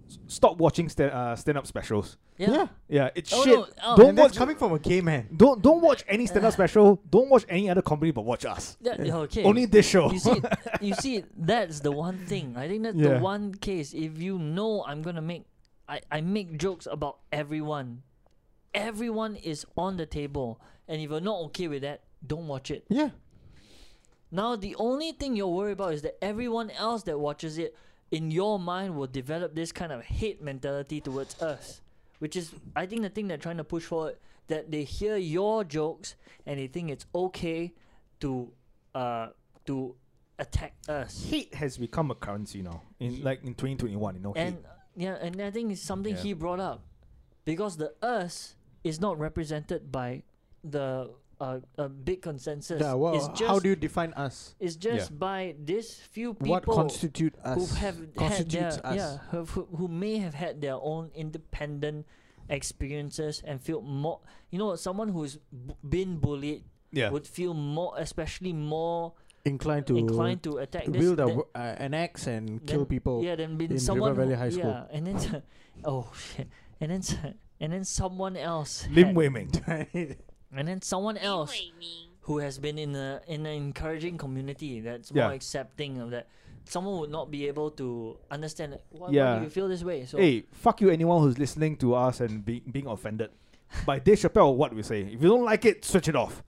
Speaker 1: S- stop watching sta- uh, stand-up specials.
Speaker 2: yeah.
Speaker 3: Yeah.
Speaker 1: Yeah, it's
Speaker 2: Oh,
Speaker 1: shit.
Speaker 2: no, oh,
Speaker 1: don't
Speaker 3: And that's
Speaker 1: watch.
Speaker 3: coming from a gay man.
Speaker 1: don't don't watch any stand-up special. Don't watch any other comedy, but watch us.
Speaker 2: Yeah, yeah, okay.
Speaker 1: Only this show.
Speaker 2: you see, you see, that's the one thing. I think that's
Speaker 1: Yeah.
Speaker 2: the one case. If you know, I'm gonna make, I I make jokes about everyone. Everyone is on the table, and if you're not okay with that, don't watch it.
Speaker 3: Yeah.
Speaker 2: Now the only thing you're worried about is that everyone else that watches it, in your mind, will develop this kind of hate mentality towards us, which is I think the thing they're trying to push forward. That they hear your jokes and they think it's okay to, uh, to attack us.
Speaker 1: hate has become a currency now. In like in 2021, you know. hate.
Speaker 2: And uh, yeah, and I think it's something
Speaker 1: Yeah.
Speaker 2: he brought up because the us is not represented by the uh, a big consensus.
Speaker 3: Yeah. Well,
Speaker 2: it's just,
Speaker 3: how do you define us?
Speaker 2: it's just by these few people
Speaker 3: what constitute
Speaker 2: who
Speaker 3: us?
Speaker 2: have had their,
Speaker 3: constitutes us?
Speaker 2: yeah who, who- who may have had their own independent experiences and feel more. You know, someone who's b- been bullied
Speaker 1: yeah,
Speaker 2: would feel more, especially more
Speaker 3: Inclined to
Speaker 2: inclined to attack this.
Speaker 3: wield a
Speaker 2: that-
Speaker 3: wo- uh, an axe and kill
Speaker 2: then-
Speaker 3: people.
Speaker 2: Yeah, then
Speaker 3: in
Speaker 2: been
Speaker 3: River
Speaker 2: someone
Speaker 3: Valley
Speaker 2: who-
Speaker 3: High School.
Speaker 2: Yeah, and then s- oh shit, and then s- and then someone else.
Speaker 1: Lim
Speaker 2: had-
Speaker 1: Wei Ming.
Speaker 2: And then someone
Speaker 4: 林
Speaker 2: else
Speaker 4: 伟明，
Speaker 2: who has been in a in an encouraging community that's
Speaker 1: Yeah.
Speaker 2: more accepting of that. Someone would not be able to understand like, why, why
Speaker 1: Yeah.
Speaker 2: do you feel this way. So
Speaker 1: hey, fuck you, anyone who's listening to us and being being offended by Dave Chappelle or what we say. If you don't like it, switch it off.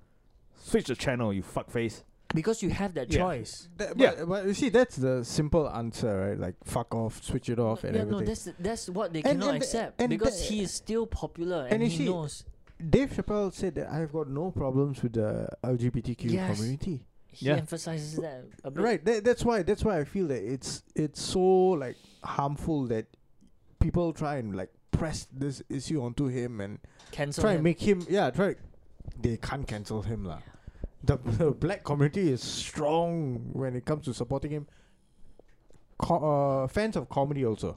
Speaker 1: Switch the channel, you fuckface.
Speaker 2: because you have that
Speaker 1: Yeah.
Speaker 2: choice.
Speaker 3: That-
Speaker 1: Yeah.
Speaker 3: but, but you see, that's the simple answer, right? Like fuck off, switch it off, and
Speaker 2: yeah, no,
Speaker 3: everything.
Speaker 2: that's that's what they
Speaker 3: And-
Speaker 2: cannot
Speaker 3: and the-
Speaker 2: accept
Speaker 3: and
Speaker 2: because
Speaker 3: the-
Speaker 2: he is still popular
Speaker 3: and
Speaker 2: and,
Speaker 3: you
Speaker 2: he
Speaker 3: see,
Speaker 2: knows.
Speaker 3: Dave Chappelle said that I've got no problems with the LGBTQ
Speaker 2: Yes.
Speaker 3: community.
Speaker 2: He
Speaker 1: Yeah.
Speaker 2: emphasizes that a bit.
Speaker 3: Right. That, that's why. That's why I feel that it's it's so like harmful that people try and like press this issue onto him and
Speaker 2: Cancel
Speaker 3: try
Speaker 2: him.
Speaker 3: and make him. Yeah. Try. They can't cancel him lah. The, the black community is strong when it comes to supporting him. Co- uh, fans of comedy also.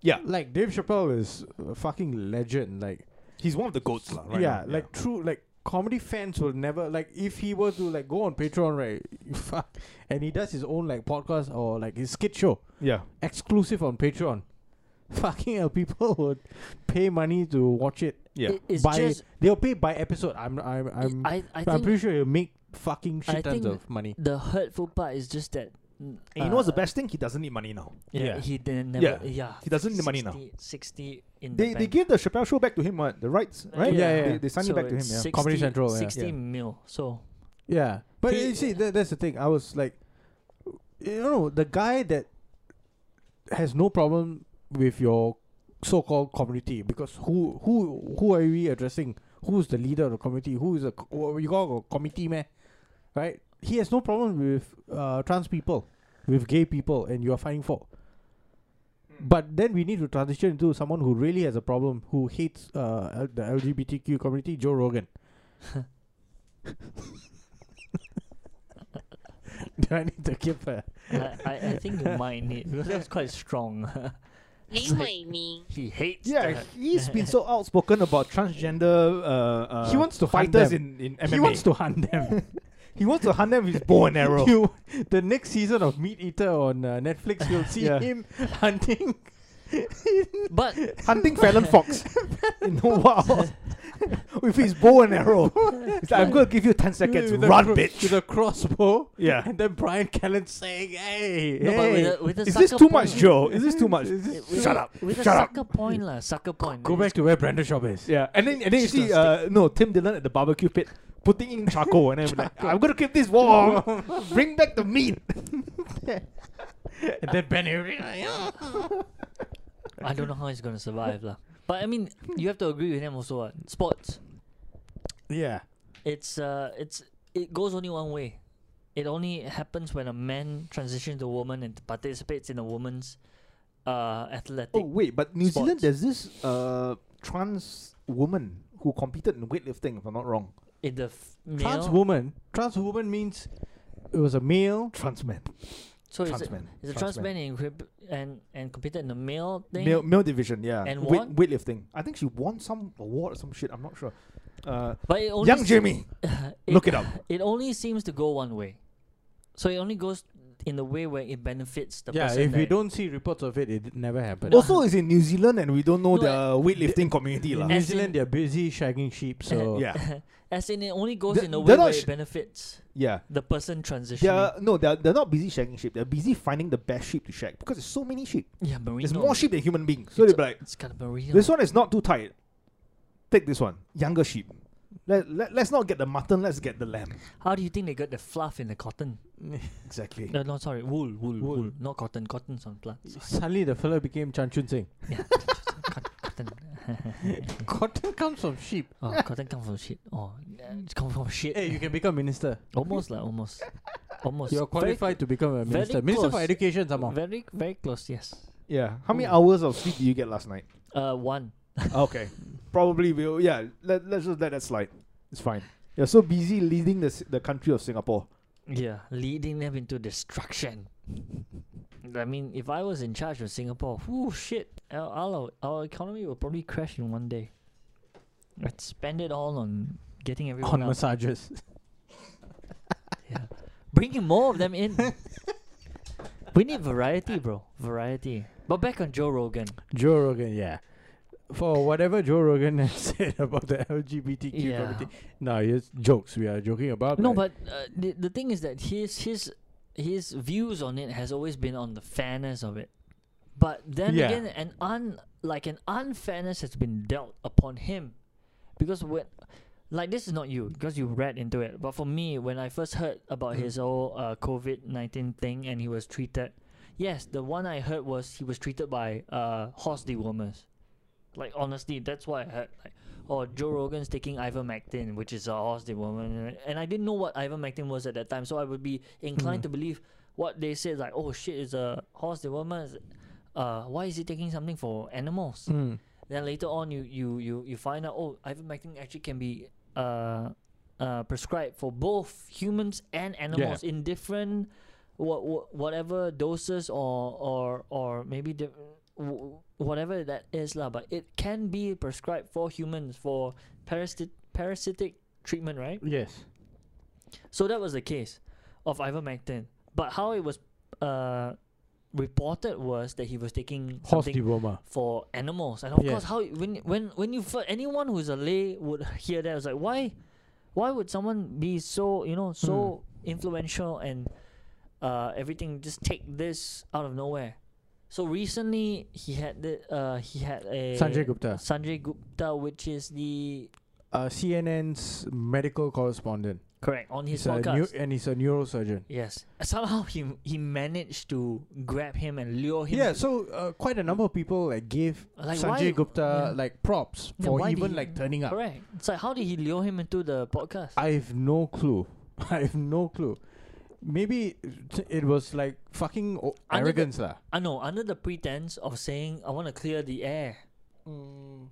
Speaker 1: Yeah,
Speaker 3: Like Dave Chappelle is a fucking legend. Like
Speaker 1: he's one of the goats, lah, right?
Speaker 3: yeah,
Speaker 1: now.
Speaker 3: like true, like comedy fans will never like if he were to like go on Patreon, right? Fuck, and he does his own like podcast or like his skit show
Speaker 1: yeah,
Speaker 3: exclusive on Patreon. Fucking hell, people would pay money to watch it.
Speaker 1: yeah.
Speaker 2: It- it's
Speaker 3: by
Speaker 2: just
Speaker 3: they'll pay by episode. I'm I'm I'm
Speaker 2: I, I
Speaker 3: I'm
Speaker 2: think
Speaker 3: pretty sure he'll make fucking
Speaker 2: I
Speaker 3: shit tons
Speaker 2: think
Speaker 3: of money.
Speaker 2: the hurtful part is just that. mm,
Speaker 1: and you know what's the
Speaker 2: uh,
Speaker 1: best thing? He doesn't need money now.
Speaker 2: Yeah,
Speaker 3: Yeah.
Speaker 2: he didn't never.
Speaker 1: Yeah.
Speaker 2: Yeah,
Speaker 1: He doesn't need money now.
Speaker 2: 60 Sixty in
Speaker 1: They
Speaker 2: the
Speaker 1: they
Speaker 2: bank.
Speaker 1: gave the Chappelle show back to him, right? The rights, right?
Speaker 3: Yeah, yeah.
Speaker 1: They, they signed
Speaker 2: so
Speaker 1: it back to him.
Speaker 2: it's
Speaker 1: Yeah.
Speaker 2: 60,
Speaker 3: Comedy Central, yeah.
Speaker 2: Sixty
Speaker 1: Yeah.
Speaker 2: mil. So
Speaker 3: Yeah, but
Speaker 2: He-
Speaker 3: you see, that, that's the thing. I was like, you know, the guy that has no problem with your so-called community because who who who are we addressing? Who's the leader of the community? Who is a co- what you call a committee man, right? He has no problem with uh, trans people, with gay people, and you are fighting for. But then we need to transition into someone who really has a problem, who hates uh, L- the LGBTQ community, Joe Rogan. Do I need to give a
Speaker 2: I, I, I think you might need because that's quite strong.
Speaker 4: 林伟明，
Speaker 2: he hates.
Speaker 1: Yeah,
Speaker 2: that.
Speaker 1: he's been so outspoken about transgender. Uh, uh,
Speaker 3: He wants to hunt
Speaker 1: fighters
Speaker 3: them.
Speaker 1: in in MMA.
Speaker 3: He wants to hunt them.
Speaker 1: He wants to hunt them with his bow and arrow.
Speaker 3: You, the next season of Meat Eater on uh, Netflix, you'll see
Speaker 1: Yeah.
Speaker 3: him hunting.
Speaker 2: but
Speaker 1: hunting Fallon Fox. you know wow. With his bow and arrow. He's like, I'm gonna give you ten seconds.
Speaker 3: with a
Speaker 1: Run,
Speaker 3: cro-
Speaker 1: bitch.
Speaker 3: With a crossbow.
Speaker 1: Yeah.
Speaker 3: And then Brian Callen saying, hey,
Speaker 2: no, but
Speaker 3: hey.
Speaker 2: with a, with a
Speaker 1: Is this
Speaker 2: sucker
Speaker 1: too
Speaker 2: point,
Speaker 1: much, Joe? Is this too much?
Speaker 2: it- with
Speaker 1: Shut
Speaker 2: a-
Speaker 1: up.
Speaker 2: With a
Speaker 1: Shut up.
Speaker 2: sucker point lah, sucker point.
Speaker 3: Go
Speaker 2: It's-
Speaker 3: back to where Brandon Shop is.
Speaker 1: Yeah, and then and then you see, uh, no, Tim Dillon at the barbecue pit putting in charcoal, and then like, I'm gonna keep this warm. Bring back the meat.
Speaker 3: And then Ben Avery, like, "Oh."
Speaker 2: I don't know how he's gonna survive lah. But I mean, you have to agree with him also. What sports?
Speaker 3: Yeah.
Speaker 2: It's uh, it's it goes only one way. It only happens when a man transitions to a woman and participates in a woman's uh, athletic.
Speaker 1: Oh wait, but New Zealand there's
Speaker 2: sports.
Speaker 1: this uh trans woman who competed in weightlifting, if I'm not wrong.
Speaker 2: in the f-
Speaker 3: Trans
Speaker 2: male-
Speaker 3: woman. Trans woman means it was a male.
Speaker 1: Trans man,
Speaker 2: So it's
Speaker 1: trans
Speaker 2: a,
Speaker 1: man,
Speaker 2: it's a trans man in, grip- and and competed in the male thing.
Speaker 1: male, male division, yeah,
Speaker 2: And
Speaker 1: Weight-
Speaker 2: won?
Speaker 1: weightlifting. I think she won some award or some shit. I'm not sure. Uh,
Speaker 2: But it only
Speaker 1: young
Speaker 2: se-
Speaker 1: Jimmy,
Speaker 2: it,
Speaker 1: look it up.
Speaker 2: it only seems to go one way. So it only goes in the way where it benefits the
Speaker 3: yeah,
Speaker 2: person.
Speaker 3: if we
Speaker 2: that-
Speaker 3: don't see reports of it, it never happened.
Speaker 1: also, it's in New Zealand, and we don't know
Speaker 2: uh, No, uh,
Speaker 1: the uh, weightlifting community, lah.
Speaker 3: New
Speaker 2: As in-
Speaker 3: Zealand, they're busy shagging sheep, so
Speaker 1: Yeah,
Speaker 2: as in it only goes
Speaker 1: Th-
Speaker 2: in a way
Speaker 1: they're not
Speaker 2: where
Speaker 1: sh-
Speaker 2: it benefits
Speaker 1: yeah.
Speaker 2: the person transitioning.
Speaker 1: They're no, they're, they're not busy shagging sheep. They're busy finding the best sheep to shag because there's so many sheep.
Speaker 2: yeah, merino.
Speaker 1: There's more sheep than human beings. So they'll be like,
Speaker 2: It's kind of merino.
Speaker 1: This one is not too tight. Take this one. Younger sheep. Let, let, let's not get the mutton, let's get the lamb.
Speaker 2: How do you think they got the fluff in the cotton?
Speaker 1: Exactly.
Speaker 2: No, no, sorry, wool, wool, wool,
Speaker 3: Wool.
Speaker 2: not cotton. Cotton's on plants.
Speaker 3: suddenly the fellow became Chan Chun Sing.
Speaker 2: Yeah, cotton. cotton.
Speaker 3: Cotton comes from sheep.
Speaker 2: oh, cotton comes from shit. Oh, yeah, it's come from shit.
Speaker 3: Hey, you can become minister.
Speaker 2: almost like almost, almost.
Speaker 3: You're
Speaker 2: Very-
Speaker 3: qualified to become a
Speaker 2: very
Speaker 3: minister. Minister for
Speaker 2: close.
Speaker 3: Education, somehow.
Speaker 2: Very, very close. Yes.
Speaker 1: Yeah. How many
Speaker 2: Ooh.
Speaker 1: hours of sleep did you get last night?
Speaker 2: Uh, one.
Speaker 1: okay. Probably will. Yeah. Let, let's just let that slide. It's fine. You're so busy leading the, s- the country of Singapore.
Speaker 2: Yeah, leading them into destruction. I mean, if I was in charge of Singapore, whoo, shit, our, our, our economy will probably crash in one day. Let's spend it all on getting everyone
Speaker 3: On
Speaker 2: out.
Speaker 3: massages.
Speaker 2: Yeah. Bringing more of them in. we need variety, bro. Variety. But back on Joe Rogan.
Speaker 3: Joe Rogan, yeah. For whatever Joe Rogan has said about the LGBTQ
Speaker 2: Yeah.
Speaker 3: community. No, it's jokes we are joking about.
Speaker 2: No, but uh, the, the thing is that his his his views on it has always been on the fairness of it. But then
Speaker 3: Yeah.
Speaker 2: again, an un like an unfairness has been dealt upon him, because when like this is not you because you read into it. But for me, when I first heard about his whole uh, COVID nineteen thing and he was treated, yes, the one I heard was he was treated by uh, horse dewormers. Like honestly, that's what I heard. Like, oh, Joe Rogan's taking ivermectin, which is a horse dewormer, and I didn't know what ivermectin was at that time, so I would be inclined to believe what they said. Like, oh shit, it's a horse dewormer. it's- Uh, why is he taking something for animals?
Speaker 3: Mm.
Speaker 2: Then later on, you you you you find out oh, ivermectin actually can be uh, uh, prescribed for both humans and animals in different what whatever doses or or or maybe diff- w- whatever that is lah. But it can be prescribed for humans for parasit parasitic treatment, right?
Speaker 3: Yes.
Speaker 2: So that was the case of ivermectin. But how it was uh, reported was that he was taking
Speaker 3: Horse
Speaker 2: something
Speaker 3: dewormer.
Speaker 2: for animals. And of
Speaker 3: Yeah.
Speaker 2: course, how when when when you fir- anyone who's a lay would hear that, it's like why, why would someone be so you know so
Speaker 3: Hmm.
Speaker 2: influential and uh, everything just take this out of nowhere? So recently he had the uh, he had a
Speaker 3: Sanjay Gupta,
Speaker 2: Sanjay Gupta, which is the
Speaker 3: uh, CNN's medical correspondent.
Speaker 2: correct on his
Speaker 3: He's a
Speaker 2: podcast.
Speaker 3: neu- and he's a neurosurgeon.
Speaker 2: yes, somehow he he managed to grab him and lure him.
Speaker 3: Yeah,
Speaker 2: to-
Speaker 3: so uh, quite a number of people like gave
Speaker 2: Like, why-
Speaker 3: Sanjay Gupta
Speaker 2: yeah.
Speaker 3: like props
Speaker 2: Yeah,
Speaker 3: for
Speaker 2: why did
Speaker 3: even
Speaker 2: he-
Speaker 3: like turning up.
Speaker 2: correct. It's like how did he lure him into the podcast?
Speaker 3: I have no clue. I have no clue. Maybe t- it was like fucking o-
Speaker 2: Under the-
Speaker 3: arrogance lah.
Speaker 2: I know under the pretense of saying I want to clear the air Mm.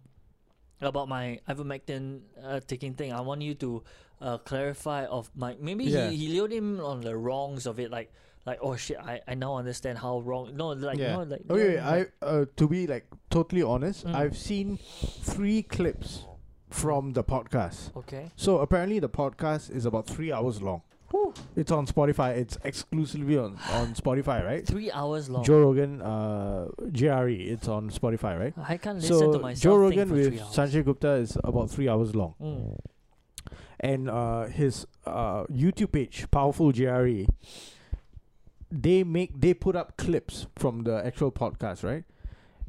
Speaker 2: about my ivermectin uh, taking thing. I want you to uh, clarify of my maybe
Speaker 3: Yeah.
Speaker 2: he, he lured him on the wrongs of it, like like oh shit, I, I now understand how wrong. No, like
Speaker 3: yeah.
Speaker 2: no, like
Speaker 3: okay,
Speaker 2: yeah,
Speaker 3: I
Speaker 2: like-
Speaker 3: uh, to be like totally honest,
Speaker 2: Mm.
Speaker 3: I've seen three clips from the podcast.
Speaker 2: okay.
Speaker 3: So apparently the podcast is about three hours long. It's on Spotify. It's exclusively on, on Spotify, right?
Speaker 2: Three hours long.
Speaker 3: Joe Rogan, uh, GRE. It's on Spotify, right?
Speaker 2: I can't listen to
Speaker 3: So
Speaker 2: myself.
Speaker 3: Joe
Speaker 2: think
Speaker 3: Rogan
Speaker 2: for
Speaker 3: with
Speaker 2: three hours.
Speaker 3: Sanjay Gupta is about three hours long,
Speaker 2: Mm.
Speaker 3: and uh, his uh, YouTube page, Powerful GRE. They make they put up clips from the actual podcast, right?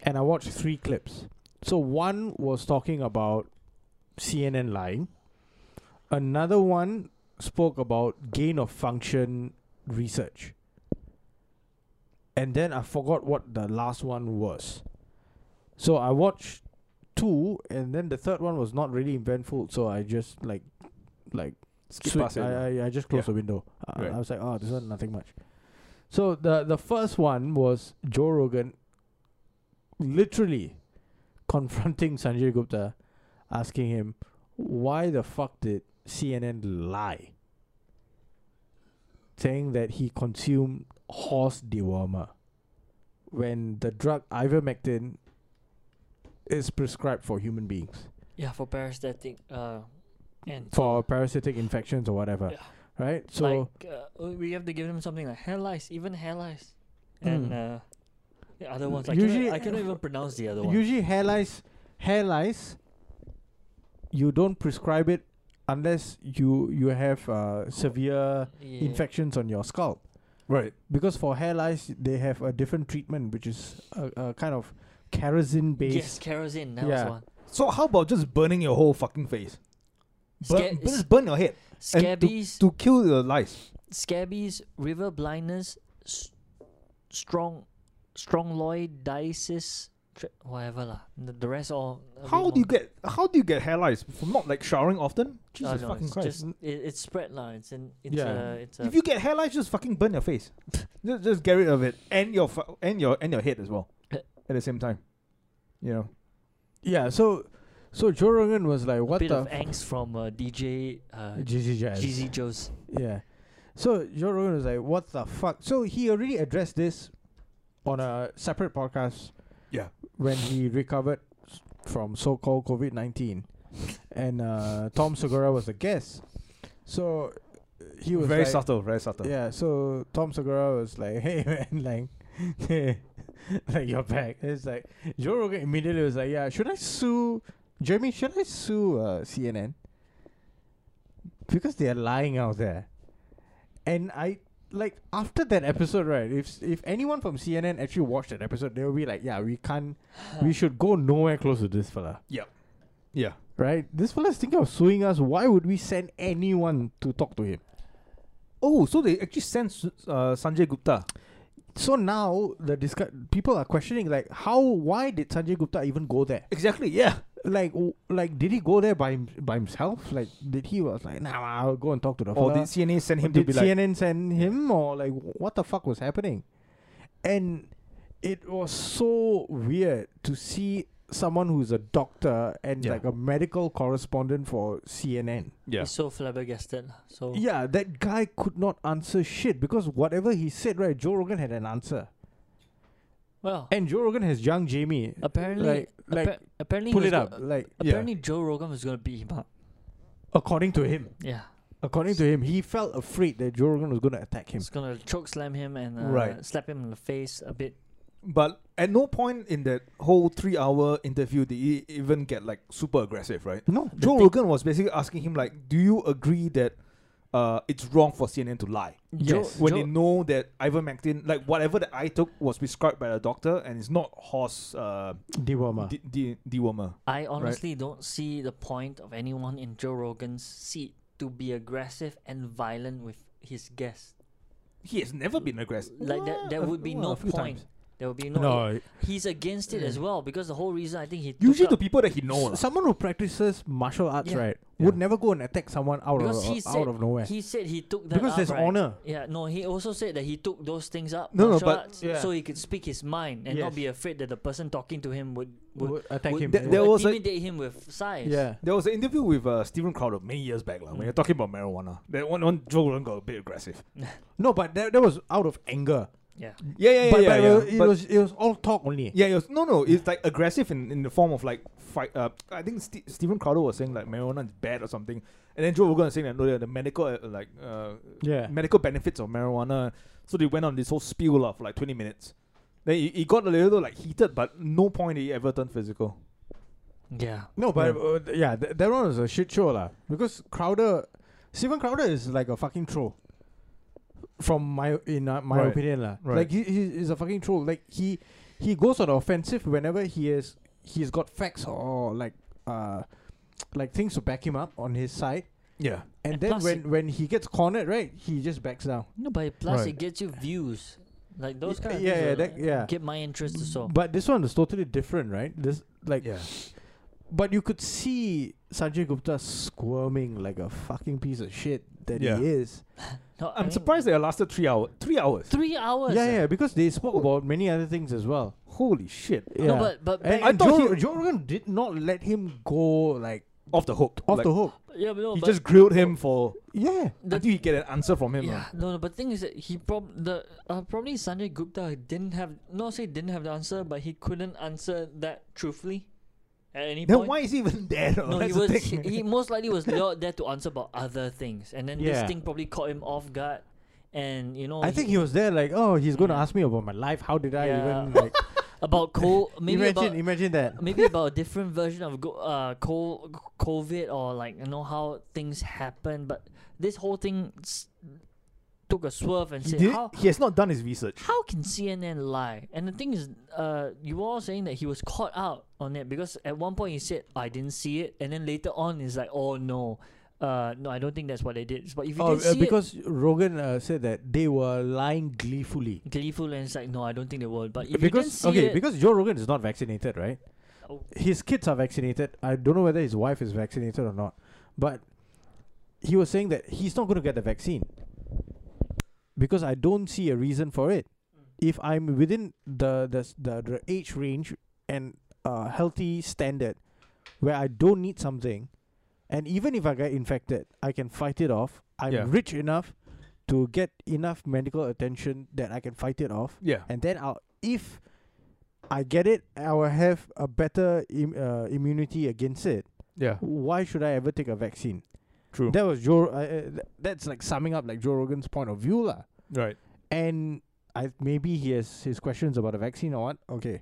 Speaker 3: And I watched three clips. So one was talking about CNN lying. Another one spoke about gain of function research. And then I forgot what the last one was. So I watched two and then the third one was not really eventful, so I just like like
Speaker 1: Skip
Speaker 3: Sweet.
Speaker 1: past it. lah.
Speaker 3: I, I, I just closed the window. Uh,
Speaker 1: Right.
Speaker 3: I was like, oh, this one nothing much. So the the first one was Joe Rogan, literally confronting Sanjay Gupta, asking him, why the fuck did CNN lie, saying that he consumed horse dewormer, when the drug ivermectin is prescribed for human beings
Speaker 2: Yeah, for parasitic uh, and
Speaker 3: for parasitic infections or whatever.
Speaker 2: Yeah.
Speaker 3: Right? So
Speaker 2: like uh, we have to give them something like hair lice, even hair lice,
Speaker 1: Hmm.
Speaker 2: and uh, the other ones. I
Speaker 3: Usually-
Speaker 2: cannot, I cannot even pronounce the other one.
Speaker 3: Usually hair lice, hair lice. You don't prescribe it unless you you have uh, severe
Speaker 2: Yeah.
Speaker 3: infections on your scalp.
Speaker 1: Right.
Speaker 3: Because for hair lice, they have a different treatment, which is a, a kind of kerosene
Speaker 2: yes,
Speaker 3: based.
Speaker 2: kerosene. That
Speaker 3: Yeah.
Speaker 2: was one.
Speaker 1: So how about just burning your whole fucking face? Burn,
Speaker 2: Sca-
Speaker 1: just burn your head
Speaker 2: Scabies,
Speaker 1: to kill the lice.
Speaker 2: scabies, river blindness, s- strong, strongloidiasis, tri- whatever lah. The, the rest all. a bit
Speaker 1: How do you
Speaker 2: more-
Speaker 1: get? How do you get hair lice from not like showering often?
Speaker 2: I
Speaker 1: Jesus
Speaker 2: don't know,
Speaker 1: fucking
Speaker 2: Oh, it's
Speaker 1: Christ!
Speaker 2: Just, it, it's spread lah. It's an. It's
Speaker 3: Yeah.
Speaker 2: a. It's a.
Speaker 1: if you get hair lice, just fucking burn your face. just, just get rid of it and your fu- and your and your head as well at the same time. You know.
Speaker 3: Yeah. So, so Joe Rogan was like,
Speaker 2: a
Speaker 3: "What
Speaker 2: bit
Speaker 3: the
Speaker 2: of angst from uh, DJ uh,
Speaker 3: GZ
Speaker 2: GZ Joe's.
Speaker 3: Yeah. So Joe Rogan was like, "What the fuck?" So he already addressed this on a separate podcast.
Speaker 1: Yeah.
Speaker 3: When he recovered s- from so-called COVID nineteen, and uh, Tom Segura was the guest. So uh, he was
Speaker 1: very
Speaker 3: like,
Speaker 1: subtle. Very subtle.
Speaker 3: Yeah. So Tom Segura was like, "Hey man, like, like you're back." It's like Joe Rogan immediately was like, "Yeah, should I sue Jeremy? Should I sue uh, CNN because they are lying out there?" And I like after that episode, right? If s- if anyone from CNN actually watched that episode, they'll be like, "Yeah, we can't. we should go nowhere close to this fella."
Speaker 1: Yeah.
Speaker 3: Right? This fella's thinking of suing us. Why would we send anyone to talk to him?
Speaker 1: Oh, so they actually sent Su- uh, Sanjay Gupta.
Speaker 3: So now the discuss- people are questioning like how why did Sanjay Gupta even go there?
Speaker 1: Exactly. Yeah.
Speaker 3: Like w- like did he go there by him- by himself? Like did he was like nah I'll go and talk to the
Speaker 1: Or
Speaker 3: fella."
Speaker 1: did CNA send him
Speaker 3: did
Speaker 1: to be like?
Speaker 3: CNN send him or like what the fuck was happening? And it was so weird to see someone who's a doctor and
Speaker 1: Yeah.
Speaker 3: like a medical correspondent for CNN.
Speaker 1: Yeah.
Speaker 2: He's so flabbergasted. lah, So
Speaker 3: Yeah, that guy could not answer shit because whatever he said, right, Joe Rogan had an answer.
Speaker 2: well,
Speaker 3: And Joe Rogan has young Jamie.
Speaker 2: apparently,
Speaker 3: like- like,
Speaker 2: appar- apparently, he
Speaker 3: pull
Speaker 2: was
Speaker 3: it
Speaker 2: go-
Speaker 3: up. Like
Speaker 2: Apparently, Joe Rogan was gonna beat him up.
Speaker 3: according to him,
Speaker 2: Yeah,
Speaker 3: according to him, he felt afraid that Joe Rogan was going to attack him.
Speaker 2: he's gonna choke slam him and uh,
Speaker 1: Right.
Speaker 2: slap him in the face a bit.
Speaker 1: But at no point in that whole three-hour interview did he even get like super aggressive, right?
Speaker 3: No,
Speaker 1: Joe Rogan was basically asking him like, "Do you agree that uh, it's wrong for CNN to lie
Speaker 3: Yes.
Speaker 1: when they know that ivermectin, like whatever that I took, was prescribed by the doctor and it's not horse uh,
Speaker 3: dewormer.
Speaker 1: de- de- dewormer?"
Speaker 2: I honestly don't see the point of anyone in Joe Rogan's seat to be aggressive and violent with his guests.
Speaker 1: He has never been aggressive.
Speaker 2: Like that, there
Speaker 1: Well,
Speaker 2: would be
Speaker 1: well,
Speaker 2: no
Speaker 1: a few
Speaker 2: point.
Speaker 1: times.
Speaker 2: There would be no. He's against it as well because the whole reason I think he took
Speaker 1: Usually,
Speaker 2: up-
Speaker 1: to people that he knows, ah.
Speaker 3: someone who practices martial arts,
Speaker 2: Yeah.
Speaker 3: right,
Speaker 1: Yeah.
Speaker 3: would never go and attack someone out
Speaker 2: because
Speaker 3: of
Speaker 2: he said
Speaker 3: out of nowhere
Speaker 2: he said he took that
Speaker 3: because
Speaker 2: up,
Speaker 3: there's
Speaker 2: right?
Speaker 3: honor.
Speaker 2: Yeah, no, he also said that he took those things up
Speaker 1: No, no,
Speaker 2: martial
Speaker 1: but-
Speaker 2: arts,
Speaker 3: yeah.
Speaker 2: so he could speak his mind and not
Speaker 3: Yes.
Speaker 2: be afraid that the person talking to him would would,
Speaker 3: Would attack
Speaker 2: would,
Speaker 3: him.
Speaker 1: Th-
Speaker 2: would
Speaker 1: there was a-
Speaker 2: intimidate him with size.
Speaker 3: Yeah,
Speaker 1: There was an interview with uh, Stephen Crowder many years back, like, when you're talking about marijuana. That one, one Joe Rogan got a bit aggressive.
Speaker 3: no, but that, that was out of anger.
Speaker 2: yeah.
Speaker 1: Yeah, yeah, yeah,
Speaker 3: but
Speaker 1: yeah.
Speaker 3: but
Speaker 1: yeah.
Speaker 3: it
Speaker 1: But-
Speaker 3: was it was all talk only.
Speaker 1: yeah, it was no, no. It's like aggressive in, in the form of like fight. Uh, I think Ste Stephen Crowder was saying like marijuana is bad or something, and then Joe Rogan was saying that no, the- the medical uh, like uh,
Speaker 3: Yeah.
Speaker 1: medical benefits of marijuana. So they went on this whole spiel lah for like twenty minutes. Then it, it got a little like heated, but no point it ever turned physical.
Speaker 2: Yeah.
Speaker 3: No, but
Speaker 1: Yeah.
Speaker 3: uh, th- yeah, th- that one was a shit show lah. Because Crowder, Stephen Crowder is like a fucking troll. From my in uh, my
Speaker 1: Right.
Speaker 3: opinion lah,
Speaker 1: Right.
Speaker 3: like he he is a fucking troll. Like he he goes on the offensive whenever he is he's got facts or like uh like things to back him up on his side.
Speaker 1: Yeah,
Speaker 3: And,
Speaker 2: And
Speaker 3: then
Speaker 2: plus
Speaker 3: when when he gets cornered, right, he just backs down.
Speaker 2: No, but plus
Speaker 1: Right.
Speaker 2: it gets you views, like those
Speaker 3: Y-
Speaker 2: kind of
Speaker 3: yeah,
Speaker 2: things
Speaker 3: yeah,
Speaker 2: will,
Speaker 3: that-
Speaker 2: uh,
Speaker 3: yeah.
Speaker 2: Get my interest to so.
Speaker 3: But this one is totally different, right? This like
Speaker 1: yeah,
Speaker 3: but you could see Sanjay Gupta squirming like a fucking piece of shit that
Speaker 1: Yeah.
Speaker 3: he is.
Speaker 2: No, I
Speaker 1: I'm
Speaker 2: mean,
Speaker 1: surprised they lasted three hours. Three hours.
Speaker 2: Three hours.
Speaker 3: yeah,
Speaker 2: eh?
Speaker 3: yeah, because they spoke about many other things as well.
Speaker 1: Holy shit!
Speaker 3: Yeah.
Speaker 2: No, but but
Speaker 3: and,
Speaker 2: back,
Speaker 1: I
Speaker 3: and
Speaker 1: thought
Speaker 3: Joe,
Speaker 1: he-
Speaker 3: Joe Rogan did not let him go like
Speaker 1: Off the hook.
Speaker 3: off
Speaker 1: Like,
Speaker 3: the hook.
Speaker 2: yeah, but no,
Speaker 1: He
Speaker 2: but
Speaker 1: just grilled him for
Speaker 3: Yeah.
Speaker 2: The-
Speaker 1: until you get an answer from him.
Speaker 2: yeah,
Speaker 1: ah.
Speaker 2: no, no. But thing is that he prob the uh, probably Sanjay Gupta didn't have not say didn't have the answer, but he couldn't answer that truthfully at any
Speaker 1: Then
Speaker 2: point.
Speaker 1: why is he even there? though?
Speaker 2: No, he
Speaker 1: That's the
Speaker 2: was. He,
Speaker 1: thing.
Speaker 2: he most likely was not there to answer about other things, and then
Speaker 3: Yeah.
Speaker 2: this thing probably caught him off guard, and you know.
Speaker 3: I think he was there like, oh, he's gonna
Speaker 2: Yeah.
Speaker 3: ask me about my life. How did I
Speaker 2: Yeah.
Speaker 3: even like
Speaker 2: about coal. Maybe
Speaker 3: imagine
Speaker 2: about
Speaker 3: imagine that.
Speaker 2: maybe about a different version of go, uh co- COVID or like you know how things happen. But this whole thing s- took a swerve and
Speaker 1: He,
Speaker 2: said
Speaker 1: did,
Speaker 2: how
Speaker 1: he has not done his research.
Speaker 2: how can CNN lie? And the thing is, uh, you were all saying that he was caught out on it because at one point he said, "I didn't see it," and then later on he's like, "Oh no, uh, no, I don't think that's what they did." But if you
Speaker 3: Oh,
Speaker 2: did
Speaker 3: uh,
Speaker 2: see it,
Speaker 3: because Rogan uh, said that they were lying gleefully.
Speaker 2: gleeful and it's like, "No, I don't think they would." But if you didn't
Speaker 3: because
Speaker 2: see
Speaker 3: okay,
Speaker 2: it,
Speaker 3: because Joe Rogan is not vaccinated, right?
Speaker 2: Oh.
Speaker 3: His kids are vaccinated. I don't know whether his wife is vaccinated or not, but he was saying that he's not going to get the vaccine because I don't see a reason for it. If I'm within the the s- the, the age range and uh, healthy standard where I don't need something, and even if I get infected, I can fight it off. I'm
Speaker 1: Yeah.
Speaker 3: rich enough to get enough medical attention that I can fight it off
Speaker 1: Yeah.
Speaker 3: and then I'll if I get it, I will have a better Im- uh, immunity against it.
Speaker 1: Yeah.
Speaker 3: Why should I ever take a vaccine?
Speaker 1: True.
Speaker 3: That was Joe. Uh, uh, th- that's like summing up like Joe Rogan's point of view lah.
Speaker 1: right.
Speaker 3: And I maybe he has his questions about a vaccine or what. Okay,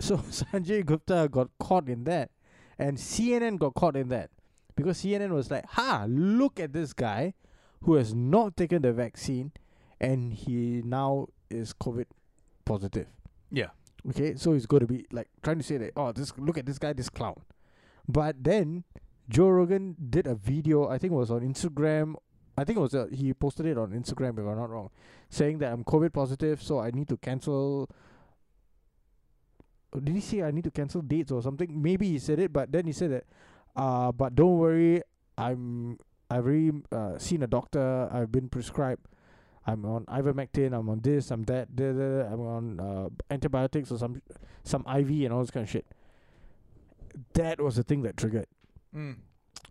Speaker 3: so Sanjay Gupta got caught in that, and CNN got caught in that because CNN was like, "Ha! Look at this guy who has not taken the vaccine, and he now is COVID positive."
Speaker 1: Yeah.
Speaker 3: Okay, so he's going to be like trying to say that, oh, this look at this guy, this clown. But then Joe Rogan did a video, I think it was on Instagram. I think it was uh, he posted it on Instagram if I'm not wrong, saying that I'm COVID positive, so I need to cancel. Or Did he say I need to cancel dates or something? Maybe he said it, but then he said that, uh, but don't worry, I'm I've already uh, seen a doctor. I've been prescribed I'm on ivermectin, I'm on this, I'm that, da, da, da, I'm on uh, antibiotics or some some IV and all this kind of shit. That was the thing that triggered.
Speaker 1: Mm.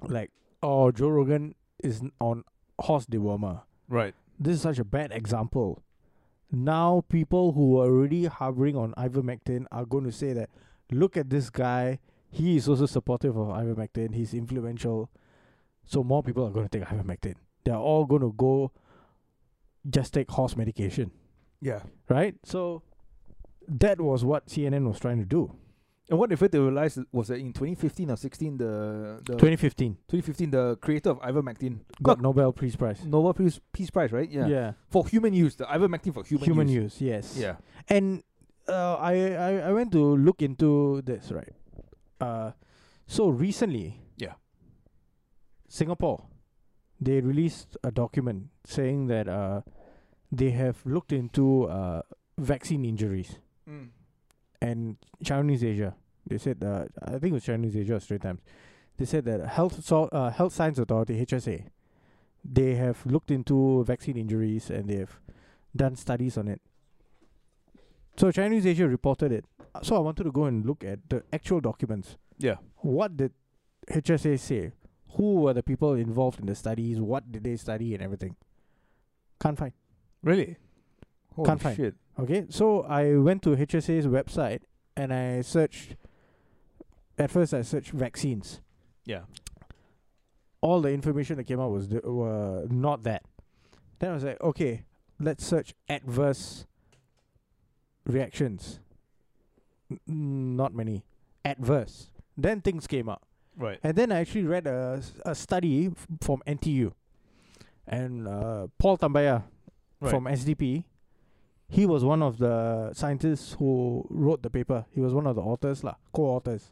Speaker 3: Like, oh, Joe Rogan is n- on horse dewormer.
Speaker 1: Right.
Speaker 3: This is such a bad example. Now people who are already harboring on ivermectin are going to say that, look at this guy. He is also supportive of ivermectin. He's influential. So more people are going to take ivermectin. They're all going to go just take horse medication
Speaker 1: Yeah.
Speaker 3: right? So that was what CNN was trying to do.
Speaker 1: And what if it they realized was that in 2015 or 16, the, the
Speaker 3: 2015
Speaker 1: 2015, the creator of ivermectin
Speaker 3: got Nobel Peace Prize.
Speaker 1: Nobel Peace, Peace Prize, right? Yeah. For human use, the ivermectin for human,
Speaker 3: Human,
Speaker 1: use.
Speaker 3: use. yes.
Speaker 1: Yeah.
Speaker 3: And uh, I, I I went to look into this, right? Uh, so recently,
Speaker 1: Yeah.
Speaker 3: Singapore, they released a document saying that uh, they have looked into uh, vaccine injuries.
Speaker 1: Mm.
Speaker 3: and Chinese Asia. They said, uh, I think it was Chinese Asia or Straits Times. They said that Health so- uh, Health Science Authority (HSA) they have looked into vaccine injuries and they have done studies on it. So Chinese Asia reported it. Uh, So I wanted to go and look at the actual documents.
Speaker 1: Yeah.
Speaker 3: What did HSA say? Who were the people involved in the studies? What did they study and everything? Can't find.
Speaker 1: Really? Holy
Speaker 3: Can't find.
Speaker 1: shit.
Speaker 3: Okay, so I went to HSA's website and I searched. At first, I searched vaccines.
Speaker 1: Yeah.
Speaker 3: All the information that came out was the, were not that. Then I was like, okay, let's search adverse reactions. N- n- not many. Adverse. Then things came up.
Speaker 1: Right.
Speaker 3: And then I actually read a, s- a study f- from NTU. And uh, Paul Tambaya
Speaker 1: Right.
Speaker 3: from SDP, he was one of the scientists who wrote the paper. He was one of the authors, lah, co authors.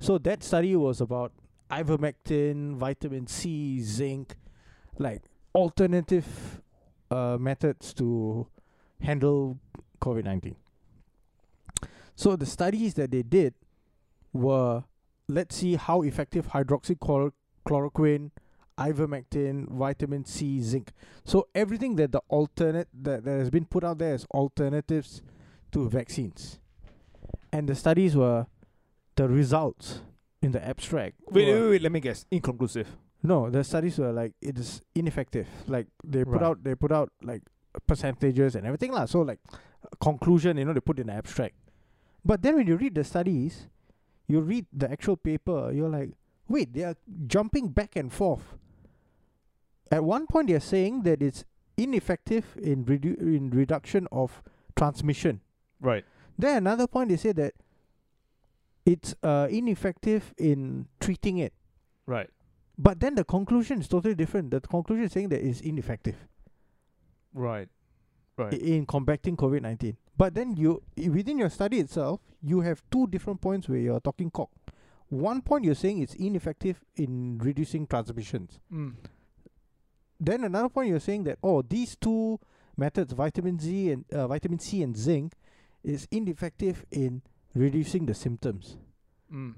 Speaker 3: So that study was about ivermectin, vitamin C, zinc, like alternative uh, methods to handle COVID 19. So the studies that they did were let's see how effective hydroxychloroquine, ivermectin, vitamin C, zinc. So everything that the alternate that, that has been put out there as alternatives to vaccines, and the studies were, the results in the abstract.
Speaker 1: Wait,
Speaker 3: were-
Speaker 1: wait, wait, let me guess. Inconclusive.
Speaker 3: no, the studies were like it is ineffective. Like they put
Speaker 1: Right.
Speaker 3: out they put out like percentages and everything lah. So like conclusion, you know, they put in the abstract. But then when you read the studies, you read the actual paper, you're like, wait, they are jumping back and forth. At one point, they're saying that it's ineffective in redu- in reduction of transmission.
Speaker 1: Right.
Speaker 3: Then another point, they say that it's uh, ineffective in treating it.
Speaker 1: Right.
Speaker 3: But then the conclusion is totally different. The conclusion is saying that it's ineffective
Speaker 1: Right.
Speaker 3: i-
Speaker 1: Right.
Speaker 3: in combating COVID 19. But then you, i- within your study itself, you have two different points where you're talking cock. One point you're saying it's ineffective in reducing transmissions.
Speaker 1: Mm.
Speaker 3: Then another point you're saying that, oh, these two methods, vitamin Z and uh, vitamin C and zinc, is ineffective in reducing the symptoms.
Speaker 1: Mm.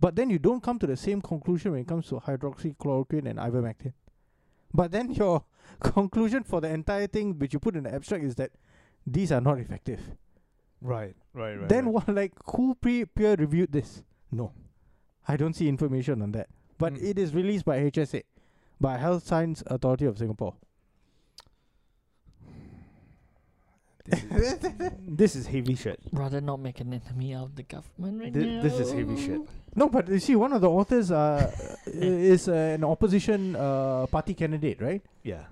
Speaker 3: But then you don't come to the same conclusion when it comes to hydroxychloroquine and ivermectin. But then your conclusion for the entire thing, which you put in the abstract, is that these are not effective.
Speaker 1: Right. Right. Right.
Speaker 3: then
Speaker 1: right.
Speaker 3: what? Like who pre- peer reviewed this? No, I don't see information on that. But
Speaker 1: Mm.
Speaker 3: it is released by HSA, by Health Science Authority of Singapore.
Speaker 1: This is, this is heavy shit.
Speaker 2: Rather not make an enemy out of the government right
Speaker 1: Thi-
Speaker 2: now.
Speaker 1: this is heavy shit.
Speaker 3: No, but you see, one of the authors uh, i- is uh, an opposition uh, party candidate, right?
Speaker 1: Yeah.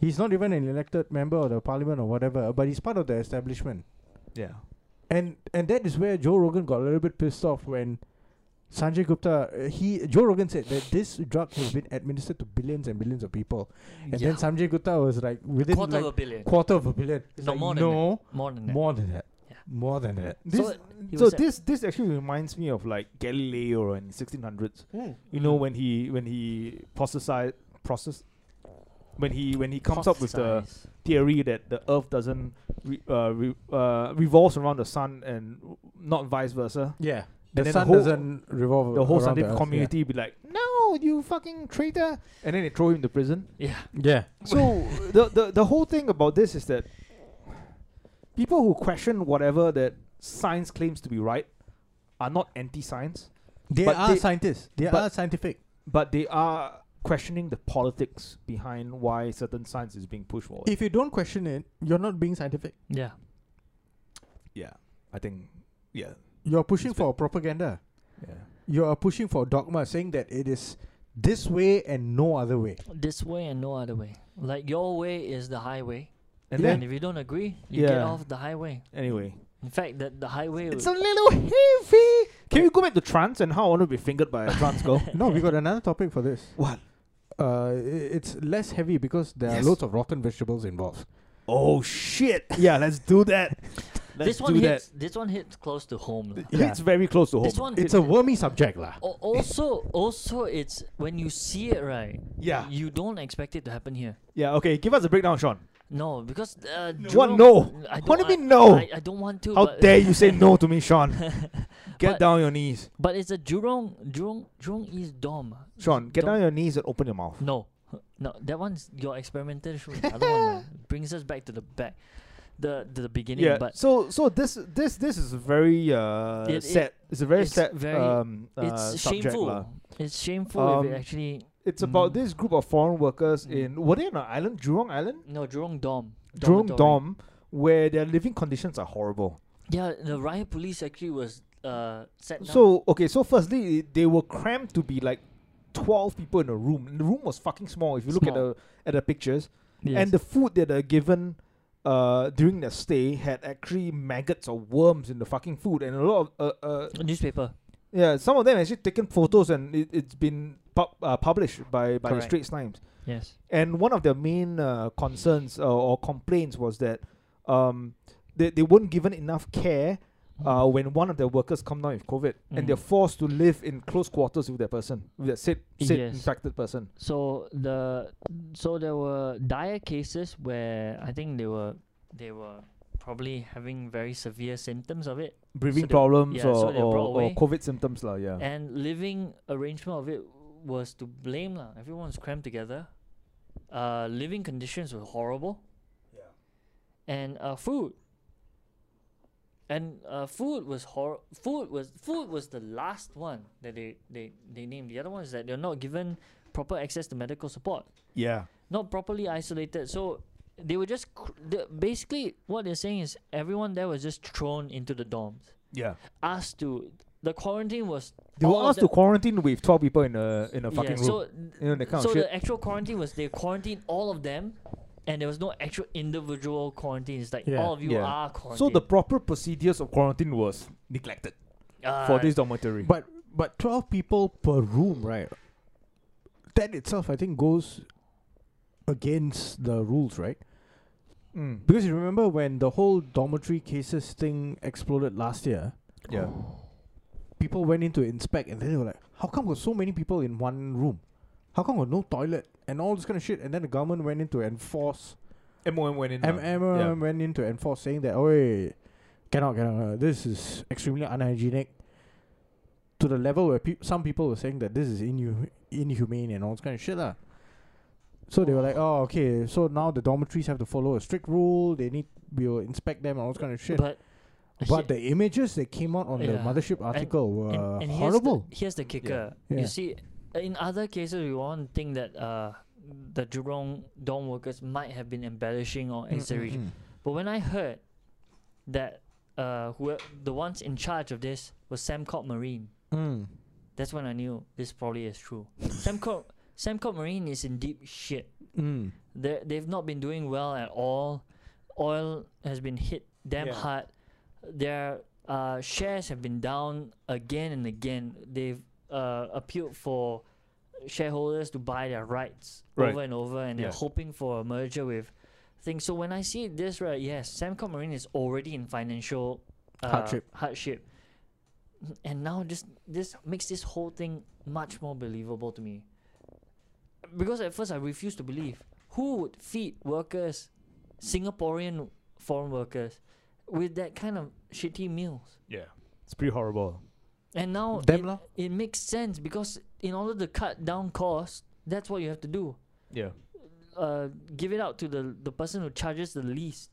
Speaker 3: He's not even an elected member of the parliament or whatever, but he's part of the establishment.
Speaker 1: Yeah.
Speaker 3: and and that is where Joe Rogan got a little bit pissed off when Sanjay Gupta uh, he Joe Rogan said that this drug has been administered to billions and billions of people, and
Speaker 2: yeah.
Speaker 3: then Sanjay Gupta was like within
Speaker 2: quarter
Speaker 3: like
Speaker 2: of a billion.
Speaker 3: quarter of a billion. It's
Speaker 2: No,
Speaker 3: like,
Speaker 2: more than
Speaker 3: no
Speaker 2: More than that.
Speaker 3: more than that,
Speaker 2: Yeah.
Speaker 3: more than that.
Speaker 1: This,
Speaker 2: So,
Speaker 1: so
Speaker 2: he was at-
Speaker 1: this this actually reminds me of like Galileo in 1600s. You know when he when he processized process when he when he comes up with the
Speaker 2: Prophesize.
Speaker 1: theory that the Earth doesn't re, uh, re, uh, revolves around the sun and w- not vice versa.
Speaker 3: Yeah,
Speaker 1: then
Speaker 3: the
Speaker 1: the
Speaker 3: sun
Speaker 1: whole-
Speaker 3: doesn't revolve.
Speaker 1: The whole
Speaker 3: around the
Speaker 1: scientific
Speaker 3: Earth,
Speaker 1: community be like, "No, you fucking traitor!" And then they throw him to prison.
Speaker 2: Yeah.
Speaker 3: Yeah,
Speaker 1: So the, the the whole thing about this is that people who question whatever that science claims to be right are not anti-science,
Speaker 3: they
Speaker 1: But
Speaker 3: are
Speaker 1: they-
Speaker 3: scientists. They
Speaker 1: but-
Speaker 3: are scientific.
Speaker 1: but they are questioning the politics behind why certain science is being pushed forward.
Speaker 3: If you don't question it, you're not being scientific.
Speaker 2: Yeah.
Speaker 1: yeah, I think yeah,
Speaker 3: You're pushing
Speaker 1: It's been-
Speaker 3: for propaganda.
Speaker 1: yeah.
Speaker 3: You are pushing for dogma, saying that it is this way and no other way.
Speaker 2: This way and no other way. Like your way is the highway.
Speaker 1: And
Speaker 3: Yeah.
Speaker 2: And
Speaker 1: then
Speaker 2: if you don't agree, you get
Speaker 1: Yeah.
Speaker 2: off the highway.
Speaker 1: anyway,
Speaker 2: In fact, the, the highway
Speaker 1: it's
Speaker 2: will-
Speaker 1: a little heavy. Can we go back to trance and how I want to be fingered by a trance girl?
Speaker 3: no, we got another topic for this.
Speaker 1: What?
Speaker 3: Uh, i- it's less heavy because there
Speaker 1: Yes.
Speaker 3: are loads of rotten vegetables involved.
Speaker 1: Oh shit! Yeah, let's do that. Let's
Speaker 2: this one
Speaker 1: do
Speaker 2: hits this one hits close to home. lah.
Speaker 1: that. It's very close to home.
Speaker 2: This one
Speaker 3: It's
Speaker 2: hit-
Speaker 3: a wormy subject, lah.
Speaker 2: Al- also also it's when you see it right
Speaker 1: Yeah.
Speaker 2: you don't expect it to happen here
Speaker 1: Yeah, okay. Give us a breakdown, Sean.
Speaker 2: no because uh,
Speaker 1: What?
Speaker 2: Jurong-
Speaker 1: No.
Speaker 2: I
Speaker 1: What
Speaker 2: don't-
Speaker 1: do you
Speaker 2: I-
Speaker 1: mean no?
Speaker 2: I, I don't want to
Speaker 1: How
Speaker 2: but,
Speaker 1: dare you say no to me, Sean? Get
Speaker 2: But-
Speaker 1: down your knees.
Speaker 2: but it's a Jurong Jurong Jurong East Dom
Speaker 1: Sean, get
Speaker 2: Don't-
Speaker 1: down your knees and open your mouth.
Speaker 2: No, no, that one's your experimental show. The other one uh, brings us back to the back, the to the beginning.
Speaker 1: Yeah.
Speaker 2: but
Speaker 1: so so this this this is very uh
Speaker 2: It- it-
Speaker 1: sad. it's a very
Speaker 2: it's
Speaker 1: sad
Speaker 2: very-
Speaker 1: um uh,
Speaker 2: it's
Speaker 1: subject
Speaker 2: shameful.
Speaker 1: lah.
Speaker 2: It's shameful if
Speaker 1: Um,
Speaker 2: it actually
Speaker 1: It's about
Speaker 2: Mm.
Speaker 1: this group of foreign workers
Speaker 2: Mm.
Speaker 1: in were they on an island, Jurong Island,
Speaker 2: no Jurong Dom.
Speaker 1: Jurong
Speaker 2: dormitory.
Speaker 1: Dom, where their living conditions are horrible.
Speaker 2: Yeah, the riot police actually was uh set down.
Speaker 1: So okay, so firstly, i- they were crammed to be like twelve people in a room. And the room was fucking small. If you look at
Speaker 2: Small.
Speaker 1: the at the pictures,
Speaker 2: Yes.
Speaker 1: and the food that they're given uh, during their stay had actually maggots or worms in the fucking food, and a lot of uh, uh,
Speaker 2: newspaper.
Speaker 1: yeah, some of them actually taken photos and it, it's been pub- uh, published by by
Speaker 2: Correct.
Speaker 1: the Straits Times.
Speaker 2: Yes.
Speaker 1: And one of their main uh, concerns uh, or complaints was that um, they they weren't given enough care. Uh, when one of their workers come down with COVID, and they're
Speaker 2: Mm.
Speaker 1: forced to live in close quarters with that person, with that said, said
Speaker 2: Yes.
Speaker 1: infected person.
Speaker 2: So the so there were dire cases where I think they were they were probably having very severe symptoms of it
Speaker 1: breathing
Speaker 2: they-
Speaker 1: problems
Speaker 2: yeah,
Speaker 1: or,
Speaker 2: so they
Speaker 1: or,
Speaker 2: brought
Speaker 1: or
Speaker 2: away.
Speaker 1: COVID symptoms lah. Yeah.
Speaker 2: and living arrangement of it was to blame lah. Everyone's crammed together. Uh, living conditions were horrible. And uh, food. And uh, food was hor- food was food was the last one that they, they, they named. The other one is that they're not given proper access to medical support
Speaker 1: yeah.
Speaker 2: not properly isolated. So they were just cr- the, basically what they're saying is everyone there was just thrown into the dorms,
Speaker 1: Yeah.
Speaker 2: asked to. The quarantine was
Speaker 1: They were
Speaker 2: all of
Speaker 1: asked
Speaker 2: the-
Speaker 1: to quarantine with twelve people in a in a fucking
Speaker 2: yeah,
Speaker 1: room.
Speaker 2: so
Speaker 1: you know, that kind
Speaker 2: so
Speaker 1: of shit.
Speaker 2: the actual quarantine was they quarantined all of them, and there was no actual individual quarantine. It's like
Speaker 3: Yeah,
Speaker 2: all of you
Speaker 1: yeah.
Speaker 2: are quarantined.
Speaker 1: So the proper procedures of quarantine was neglected
Speaker 2: uh,
Speaker 1: for this dormitory.
Speaker 3: But but twelve people per room, right? That itself, I think, goes against the rules, right?
Speaker 1: Mm.
Speaker 3: Because you remember when the whole dormitory cases thing exploded last year,
Speaker 1: Yeah.
Speaker 3: people went in to inspect, and then they were like, "How come got so many people in one room? How come got no toilet and all this kind of shit?" And then the government went in to enforce.
Speaker 1: MOM went in.
Speaker 3: M-
Speaker 1: lah.
Speaker 3: M-
Speaker 1: Yeah.
Speaker 3: went in to enforce saying that, "Oh, wait, cannot, cannot. uh, This is extremely unhygienic." To the level where peop some people were saying that this is inhu- inhumane and all this kind of shit, lah. So they were like, "Oh, okay. So now the dormitories have to follow a strict rule. They need we will inspect them and all this kind of shit."
Speaker 2: Uh, but
Speaker 3: But the images that came out on the
Speaker 2: Yeah.
Speaker 3: mothership article were
Speaker 2: and, and
Speaker 3: Uh, horrible.
Speaker 2: Here's the, here's the kicker.
Speaker 3: Yeah.
Speaker 2: You see, in other cases, we want to think that uh, the Jurong dorm workers might have been embellishing or
Speaker 3: Mm,
Speaker 2: exaggerating. But when I heard that uh, who the ones in charge of this was Samcorp Marine,
Speaker 3: Mm.
Speaker 2: that's when I knew this probably is true. Samcorp Samcorp Marine is in deep shit.
Speaker 3: Mm.
Speaker 2: They they've not been doing well at all. Oil has been hit damn
Speaker 1: Yeah.
Speaker 2: hard. Their uh, shares have been down again and again. They've uh, appealed for shareholders to buy their rights
Speaker 1: Right.
Speaker 2: over and over, and they're
Speaker 1: Yeah.
Speaker 2: hoping for a merger with things. So when I see this, right, yes, Samco Marine is already in financial uh,
Speaker 3: Hardship.
Speaker 2: Hardship. And now just this makes this whole thing much more believable to me. Because at first I refused to believe who would feed workers, Singaporean foreign workers, with that kind of shitty meals.
Speaker 1: Yeah. It's pretty horrible.
Speaker 2: And now
Speaker 3: Them
Speaker 2: Oh, it,
Speaker 3: lah.
Speaker 2: it makes sense because in order to cut down costs, that's what you have to do.
Speaker 1: Yeah.
Speaker 2: Uh, give it out to the the person who charges the least.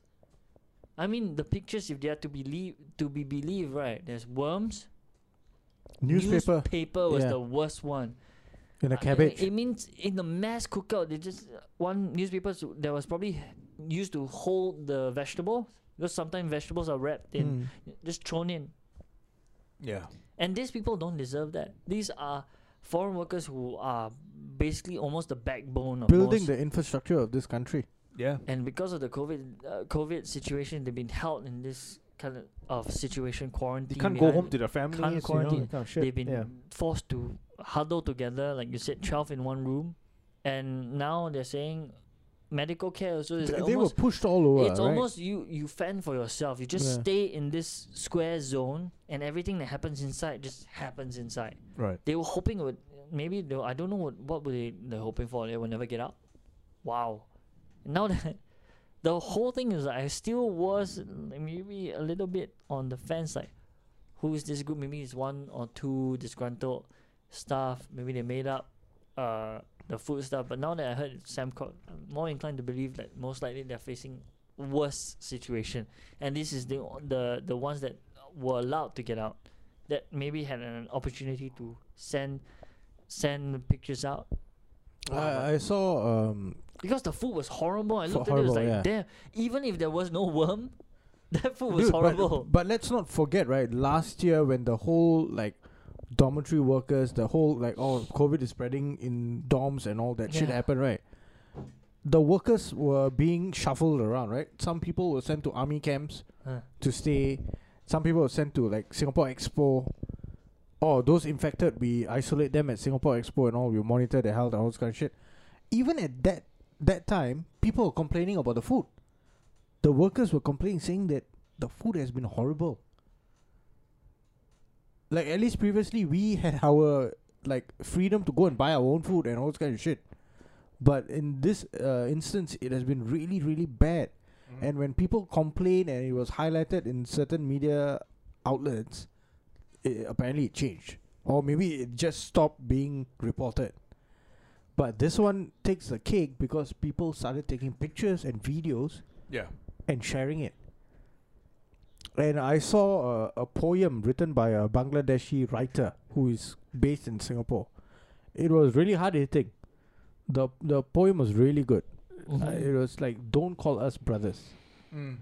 Speaker 2: I mean, the pictures if they are to believe to be believed, right? There's worms.
Speaker 3: Newspaper
Speaker 2: Newspaper was
Speaker 3: Yeah.
Speaker 2: the worst one.
Speaker 3: in a
Speaker 2: Uh,
Speaker 3: cabbage.
Speaker 2: It, means in the mass cookout, they just one newspaper s- that was probably used to hold the vegetables because sometimes vegetables are wrapped in
Speaker 3: Mm.
Speaker 2: just thrown in.
Speaker 1: Yeah.
Speaker 2: And these people don't deserve that. These are foreign workers who are basically almost the backbone of
Speaker 3: Building
Speaker 2: most-
Speaker 3: the infrastructure of this country.
Speaker 1: Yeah.
Speaker 2: and because of the COVID uh, COVID situation, they've been held in this kind of, of situation
Speaker 1: They
Speaker 2: quarantine.
Speaker 1: can't go home
Speaker 2: behind-
Speaker 1: to their families. you know,
Speaker 2: quarantine.
Speaker 1: that kind of shit.
Speaker 2: They've been
Speaker 1: Yeah.
Speaker 2: forced to huddle together, like you said, twelve in one room, and now they're saying medical care also is
Speaker 3: Th-
Speaker 2: like
Speaker 3: they were
Speaker 2: almost
Speaker 3: pushed all over.
Speaker 2: it's
Speaker 3: uh, right?
Speaker 2: almost you you fend for yourself. You just
Speaker 3: Yeah.
Speaker 2: stay in this square zone, and everything that happens inside just happens inside.
Speaker 1: Right.
Speaker 2: They were hoping it would maybe they were- I don't know what what were they they're hoping for. They will never get out. Wow. Now that the whole thing is, I still was like, maybe a little bit on the fence. Like, who is this group? Maybe it's one or two disgruntled staff. Maybe they made up uh, the food stuff. But now that I heard Sam Cook, I'm more inclined to believe that most likely they're facing worse situation, and this is the the the ones that were allowed to get out, that maybe had an opportunity to send send pictures out
Speaker 3: I, I saw. Um,
Speaker 2: because the food was horrible. I
Speaker 3: Fu-
Speaker 2: looked at it, it was like,
Speaker 3: horrible,
Speaker 2: damn. Even if there was no worm, that food was
Speaker 3: dude, but-
Speaker 2: horrible.
Speaker 3: But, let's not forget, right? Last year, when the whole like dormitory workers, the whole like oh COVID is spreading in dorms and all that shit
Speaker 2: Yeah.
Speaker 3: happened, right? The workers were being shuffled around, right? Some people were sent to army camps.
Speaker 2: Huh.
Speaker 3: to stay. Some people were sent to like Singapore Expo. Oh, those infected, we isolate them at Singapore Expo and all. We monitor their health and all this kind of shit. Even at that that time, people were complaining about the food. The workers were complaining, saying that the food has been horrible. Like at least previously, we had our like freedom to go and buy our own food and all this kind of shit. But in this uh, instance, it has been really, really bad.
Speaker 1: Mm.
Speaker 3: And when people complained and it was highlighted in certain media outlets, it, apparently it changed. Or maybe it just stopped being reported. But this one takes the cake because people started taking pictures and videos
Speaker 1: Yeah.
Speaker 3: and sharing it. And I saw a, a poem written by a Bangladeshi writer who is based in Singapore. It was really hard hitting. The the poem was really good. Uh, it was like don't call us brothers.
Speaker 1: Mm.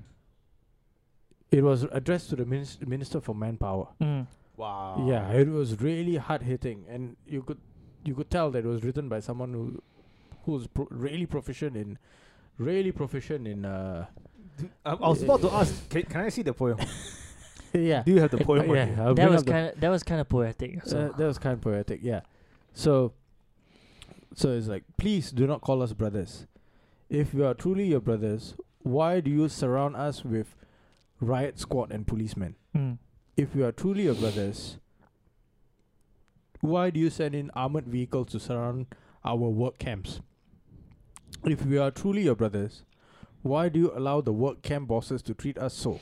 Speaker 3: It was addressed to the minister, minister for manpower.
Speaker 2: Mm.
Speaker 1: Wow.
Speaker 3: Yeah, it was really hard hitting, and you could you could tell that it was written by someone who who's pro- really proficient in really proficient in uh
Speaker 1: I, I was about to ask. Can, can I see the poem?
Speaker 3: yeah
Speaker 1: Do you have the poem? on
Speaker 3: yeah
Speaker 1: you?
Speaker 3: I'll
Speaker 2: That
Speaker 3: bring
Speaker 2: was
Speaker 3: up the-
Speaker 2: kind of that was kind of poetic. So.
Speaker 3: Uh, that was kind of poetic, yeah. So, so it's like, please do not call us brothers. If we are truly your brothers, why do you surround us with riot squad and policemen?
Speaker 2: Mm.
Speaker 3: If we are truly your brothers, why do you send in armored vehicles to surround our work camps? If we are truly your brothers, why do you allow the work camp bosses to treat us so?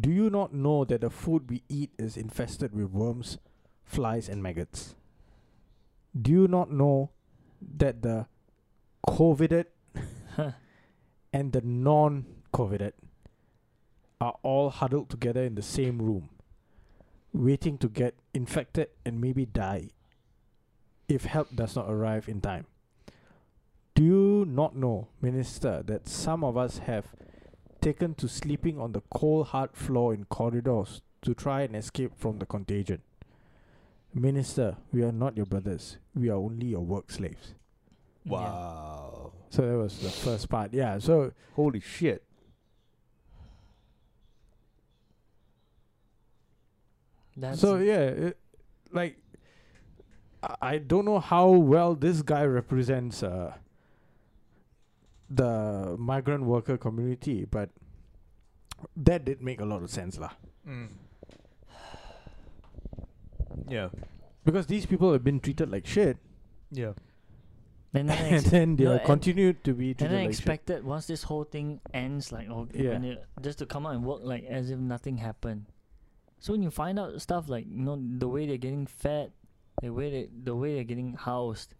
Speaker 3: Do you not know that the food we eat is infested with worms, flies, and maggots? Do you not know that the coveted and the non coveted are all huddled together in the same room, waiting to get infected and maybe die if help does not arrive in time? Do you not know, Minister, that some of us have taken to sleeping on the cold hard floor in corridors to try and escape from the contagion. Minister, we are not your brothers. We are only your work slaves.
Speaker 1: Wow.
Speaker 3: So that was the first part. Yeah. So
Speaker 1: Holy shit.
Speaker 2: Yeah. That's
Speaker 3: so yeah, it, like I- I don't know how well this guy represents uh the migrant worker community, but that did make a lot of sense lah.
Speaker 1: Mm. Yeah.
Speaker 3: Because these people have been treated like shit,
Speaker 1: Yeah.
Speaker 2: and then, I
Speaker 3: and
Speaker 2: ex-
Speaker 3: then they
Speaker 2: no,
Speaker 3: are
Speaker 2: and-
Speaker 3: continued to be
Speaker 2: and
Speaker 3: treated
Speaker 2: then I
Speaker 3: like shit.
Speaker 2: expected once this whole thing ends, like oh,
Speaker 3: Yeah.
Speaker 2: when you- just to come out and work like as if nothing happened. So when you find out stuff like you know the way they're getting fed, the way they, the way they're getting housed,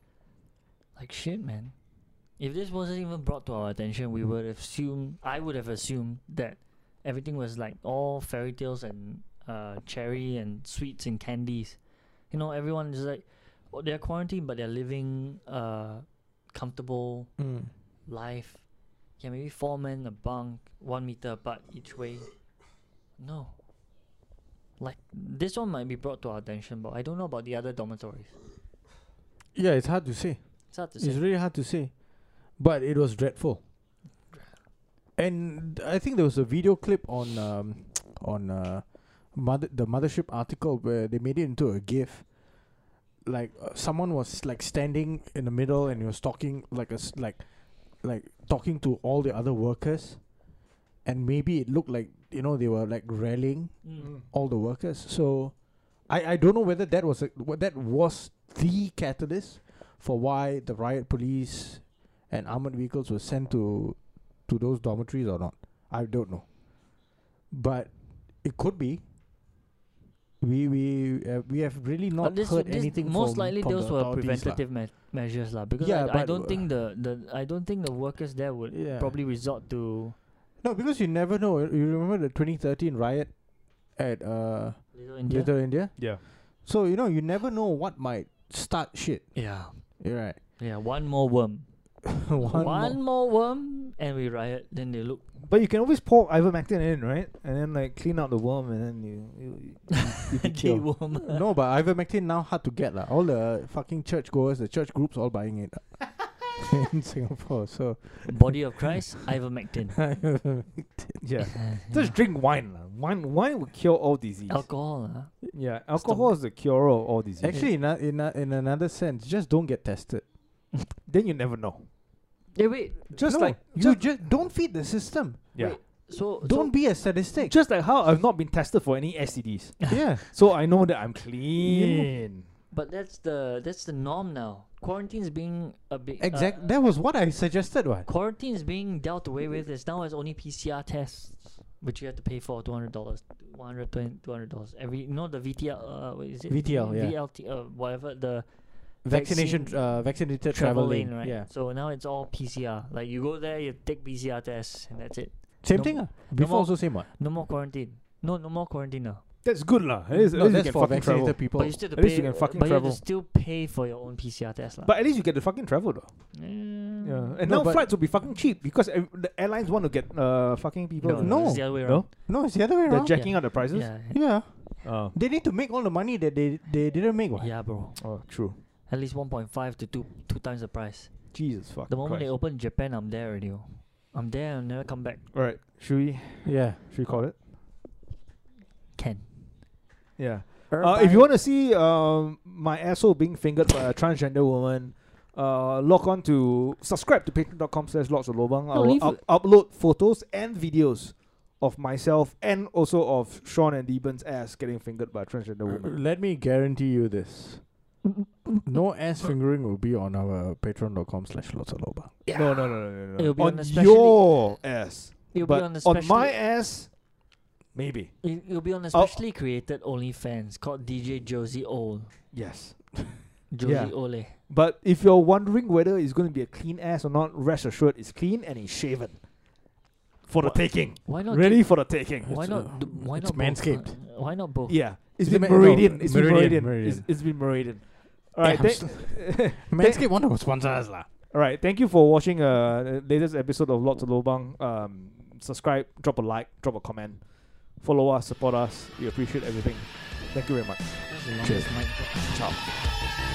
Speaker 2: like shit, man. If this wasn't even brought to our attention, we would have assumed I would have assumed that everything was like all fairy tales and uh, cherry and sweets and candies. You know, everyone is like oh, they're quarantined, but they're living uh, comfortable
Speaker 3: Mm.
Speaker 2: life. Yeah, maybe four men a bunk, one meter apart each way. No. Like this one might be brought to our attention, but I don't know about the other dormitories.
Speaker 3: Yeah, it's hard to say.
Speaker 2: It's hard to
Speaker 3: It's
Speaker 2: say.
Speaker 3: really hard to say, but it was dreadful. And I think there was a video clip on um, on uh, mother the mothership article where they made it into a GIF. Like uh, someone was like standing in the middle and he was talking like a s- like like talking to all the other workers, and maybe it looked like you know they were like rallying
Speaker 2: Mm.
Speaker 3: all the workers. So I, I don't know whether that was a, wh- that was the catalyst for why the riot police and armored vehicles were sent to to those dormitories or not. I don't know, but it could be. We we uh, we have really not
Speaker 2: But this,
Speaker 3: heard
Speaker 2: this
Speaker 3: anything.
Speaker 2: most
Speaker 3: from,
Speaker 2: likely
Speaker 3: from
Speaker 2: those
Speaker 3: the
Speaker 2: were
Speaker 3: authorities lah.
Speaker 2: preventative me- measures lah, because I,
Speaker 3: Yeah,
Speaker 2: I
Speaker 3: but
Speaker 2: don't think the, the I don't think the workers there would
Speaker 3: Yeah.
Speaker 2: probably resort to
Speaker 3: No, because you never know. You remember the 2013 riot at uh,
Speaker 2: Little India.
Speaker 3: Little India.
Speaker 1: Yeah.
Speaker 3: So you know you never know what might start shit.
Speaker 2: yeah.
Speaker 3: You're right.
Speaker 2: Yeah, one more worm.
Speaker 3: One
Speaker 2: One,
Speaker 3: more-
Speaker 2: more. worm and we riot. Then they look
Speaker 1: But you can always pour ivermectin in, right? And then like clean out the worm, and then you you, you, you be
Speaker 2: the
Speaker 1: cured.
Speaker 2: worm.
Speaker 3: no, but ivermectin now hard to get lah. All the fucking churchgoers, the church groups, all buying it in Singapore. So
Speaker 2: Body of Christ, ivermectin.
Speaker 1: Yeah. Just drink wine, lah. Wine wine will cure all disease.
Speaker 2: Alcohol, huh?
Speaker 1: yeah, alcohol is the cure of all disease.
Speaker 3: actually, in a, in a, in another sense, just don't get tested.
Speaker 1: then you never know.
Speaker 2: Yeah, wait.
Speaker 1: Just
Speaker 3: No,
Speaker 1: like
Speaker 3: you
Speaker 1: just,
Speaker 3: just, don't feed the system.
Speaker 1: yeah,
Speaker 2: wait, So
Speaker 3: Don't
Speaker 2: so,
Speaker 3: be a statistic.
Speaker 2: Uh,
Speaker 1: just like how I've not been tested for any STDs,
Speaker 3: yeah,
Speaker 1: so I know that I'm clean.
Speaker 2: But that's the that's the norm now. Quarantine's being a big
Speaker 3: Exact. that was what I suggested. What?
Speaker 2: quarantine is being dealt away with. It's now it's only PCR tests, which you have to pay for two hundred dollars, one hundred twenty, two hundred dollars every. You know the VTL. Uh, what is it?
Speaker 3: VTL, yeah.
Speaker 2: VLT. Uh, whatever the
Speaker 3: Vaccination.
Speaker 2: vaccine
Speaker 3: Uh, vaccinated
Speaker 2: travel
Speaker 3: travel
Speaker 2: lane, right?
Speaker 3: Yeah.
Speaker 2: So now it's all PCR. Like you go there, you take PCR tests, and that's it.
Speaker 3: Same
Speaker 2: No
Speaker 3: thing.
Speaker 2: mo-
Speaker 3: ah. Before
Speaker 2: more-
Speaker 3: also same what?
Speaker 2: No more quarantine. No, no more quarantine now.
Speaker 1: That's good lah. At least, at
Speaker 3: no,
Speaker 1: least
Speaker 3: that's
Speaker 1: you can
Speaker 3: for
Speaker 1: fucking travel.
Speaker 3: vaccinated people.
Speaker 2: but you still have to
Speaker 1: at least
Speaker 2: pay.
Speaker 1: you can fucking
Speaker 2: but you
Speaker 1: travel.
Speaker 2: have to still pay for your own PCR test, lah.
Speaker 1: But at least you get to fucking travel though.
Speaker 2: Mm,
Speaker 1: Yeah. And
Speaker 3: No,
Speaker 1: now
Speaker 3: but-
Speaker 1: flights will be fucking cheap because ev- the airlines want to get uh fucking people.
Speaker 2: no,
Speaker 1: to-
Speaker 2: no, it's
Speaker 3: No.
Speaker 2: the other way around.
Speaker 1: No?
Speaker 3: No, it's the other way
Speaker 1: They're
Speaker 3: around.
Speaker 1: jacking up the prices.
Speaker 2: Yeah,
Speaker 3: yeah.
Speaker 1: Oh.
Speaker 3: They need to make all the money that they they didn't make. What?
Speaker 2: yeah, bro.
Speaker 1: oh, true.
Speaker 2: At least one point five to two two times the price.
Speaker 1: Jesus fuck.
Speaker 2: The moment they open Japan, I'm there already. oh. I'm there and never come back.
Speaker 1: All right. Should we
Speaker 3: Yeah.
Speaker 1: should we call it?
Speaker 2: Can.
Speaker 1: Yeah. Uh, if you want to see um, my asshole being fingered by a transgender woman, uh, log on to subscribe to patreon.com slash lots of lobang. I will
Speaker 2: leave
Speaker 1: up- upload photos and videos of myself and also of Sean and Deben's ass getting fingered by a transgender
Speaker 3: Uh,
Speaker 1: woman.
Speaker 3: Let me guarantee you this. No ass fingering will be on our patreon.com slash lotsaloba.
Speaker 1: No, no, no, no, no, no.
Speaker 2: It'll be on a
Speaker 1: on
Speaker 2: specially-
Speaker 1: your ass.
Speaker 2: It'll
Speaker 1: but
Speaker 2: be on a
Speaker 1: on
Speaker 2: specially,
Speaker 1: my ass, maybe.
Speaker 2: it- It'll be on a
Speaker 1: I'll-
Speaker 2: specially created OnlyFans called DJ Josie Ole.
Speaker 1: Yes.
Speaker 2: Josie
Speaker 1: Yeah.
Speaker 2: Ole.
Speaker 1: But if you're wondering whether it's going to be a clean ass or not, rest assured it's clean and it's shaven. For the taking.
Speaker 2: Why not?
Speaker 1: Really for the taking.
Speaker 2: Why
Speaker 3: It's,
Speaker 2: not?
Speaker 3: uh,
Speaker 2: do- why
Speaker 3: it's
Speaker 2: not both?
Speaker 3: Manscaped.
Speaker 2: Uh, Why not both?
Speaker 1: Yeah, it's
Speaker 3: Is it
Speaker 1: been
Speaker 3: ma- no,
Speaker 1: Meridian. It's been Meridian. It's-
Speaker 3: Meridian, Meridian.
Speaker 1: it's been Meridian. All right,
Speaker 3: I'm
Speaker 1: thank-
Speaker 3: Manscaped want to sponsor us lah.
Speaker 1: all right. Thank you for watching uh the latest episode of Lots of Lobang. Um, subscribe, drop a like, drop a comment, follow us, support us. We appreciate everything. Thank you very much.
Speaker 2: That's the
Speaker 1: Cheers.
Speaker 2: longest mic drop.
Speaker 1: Ciao.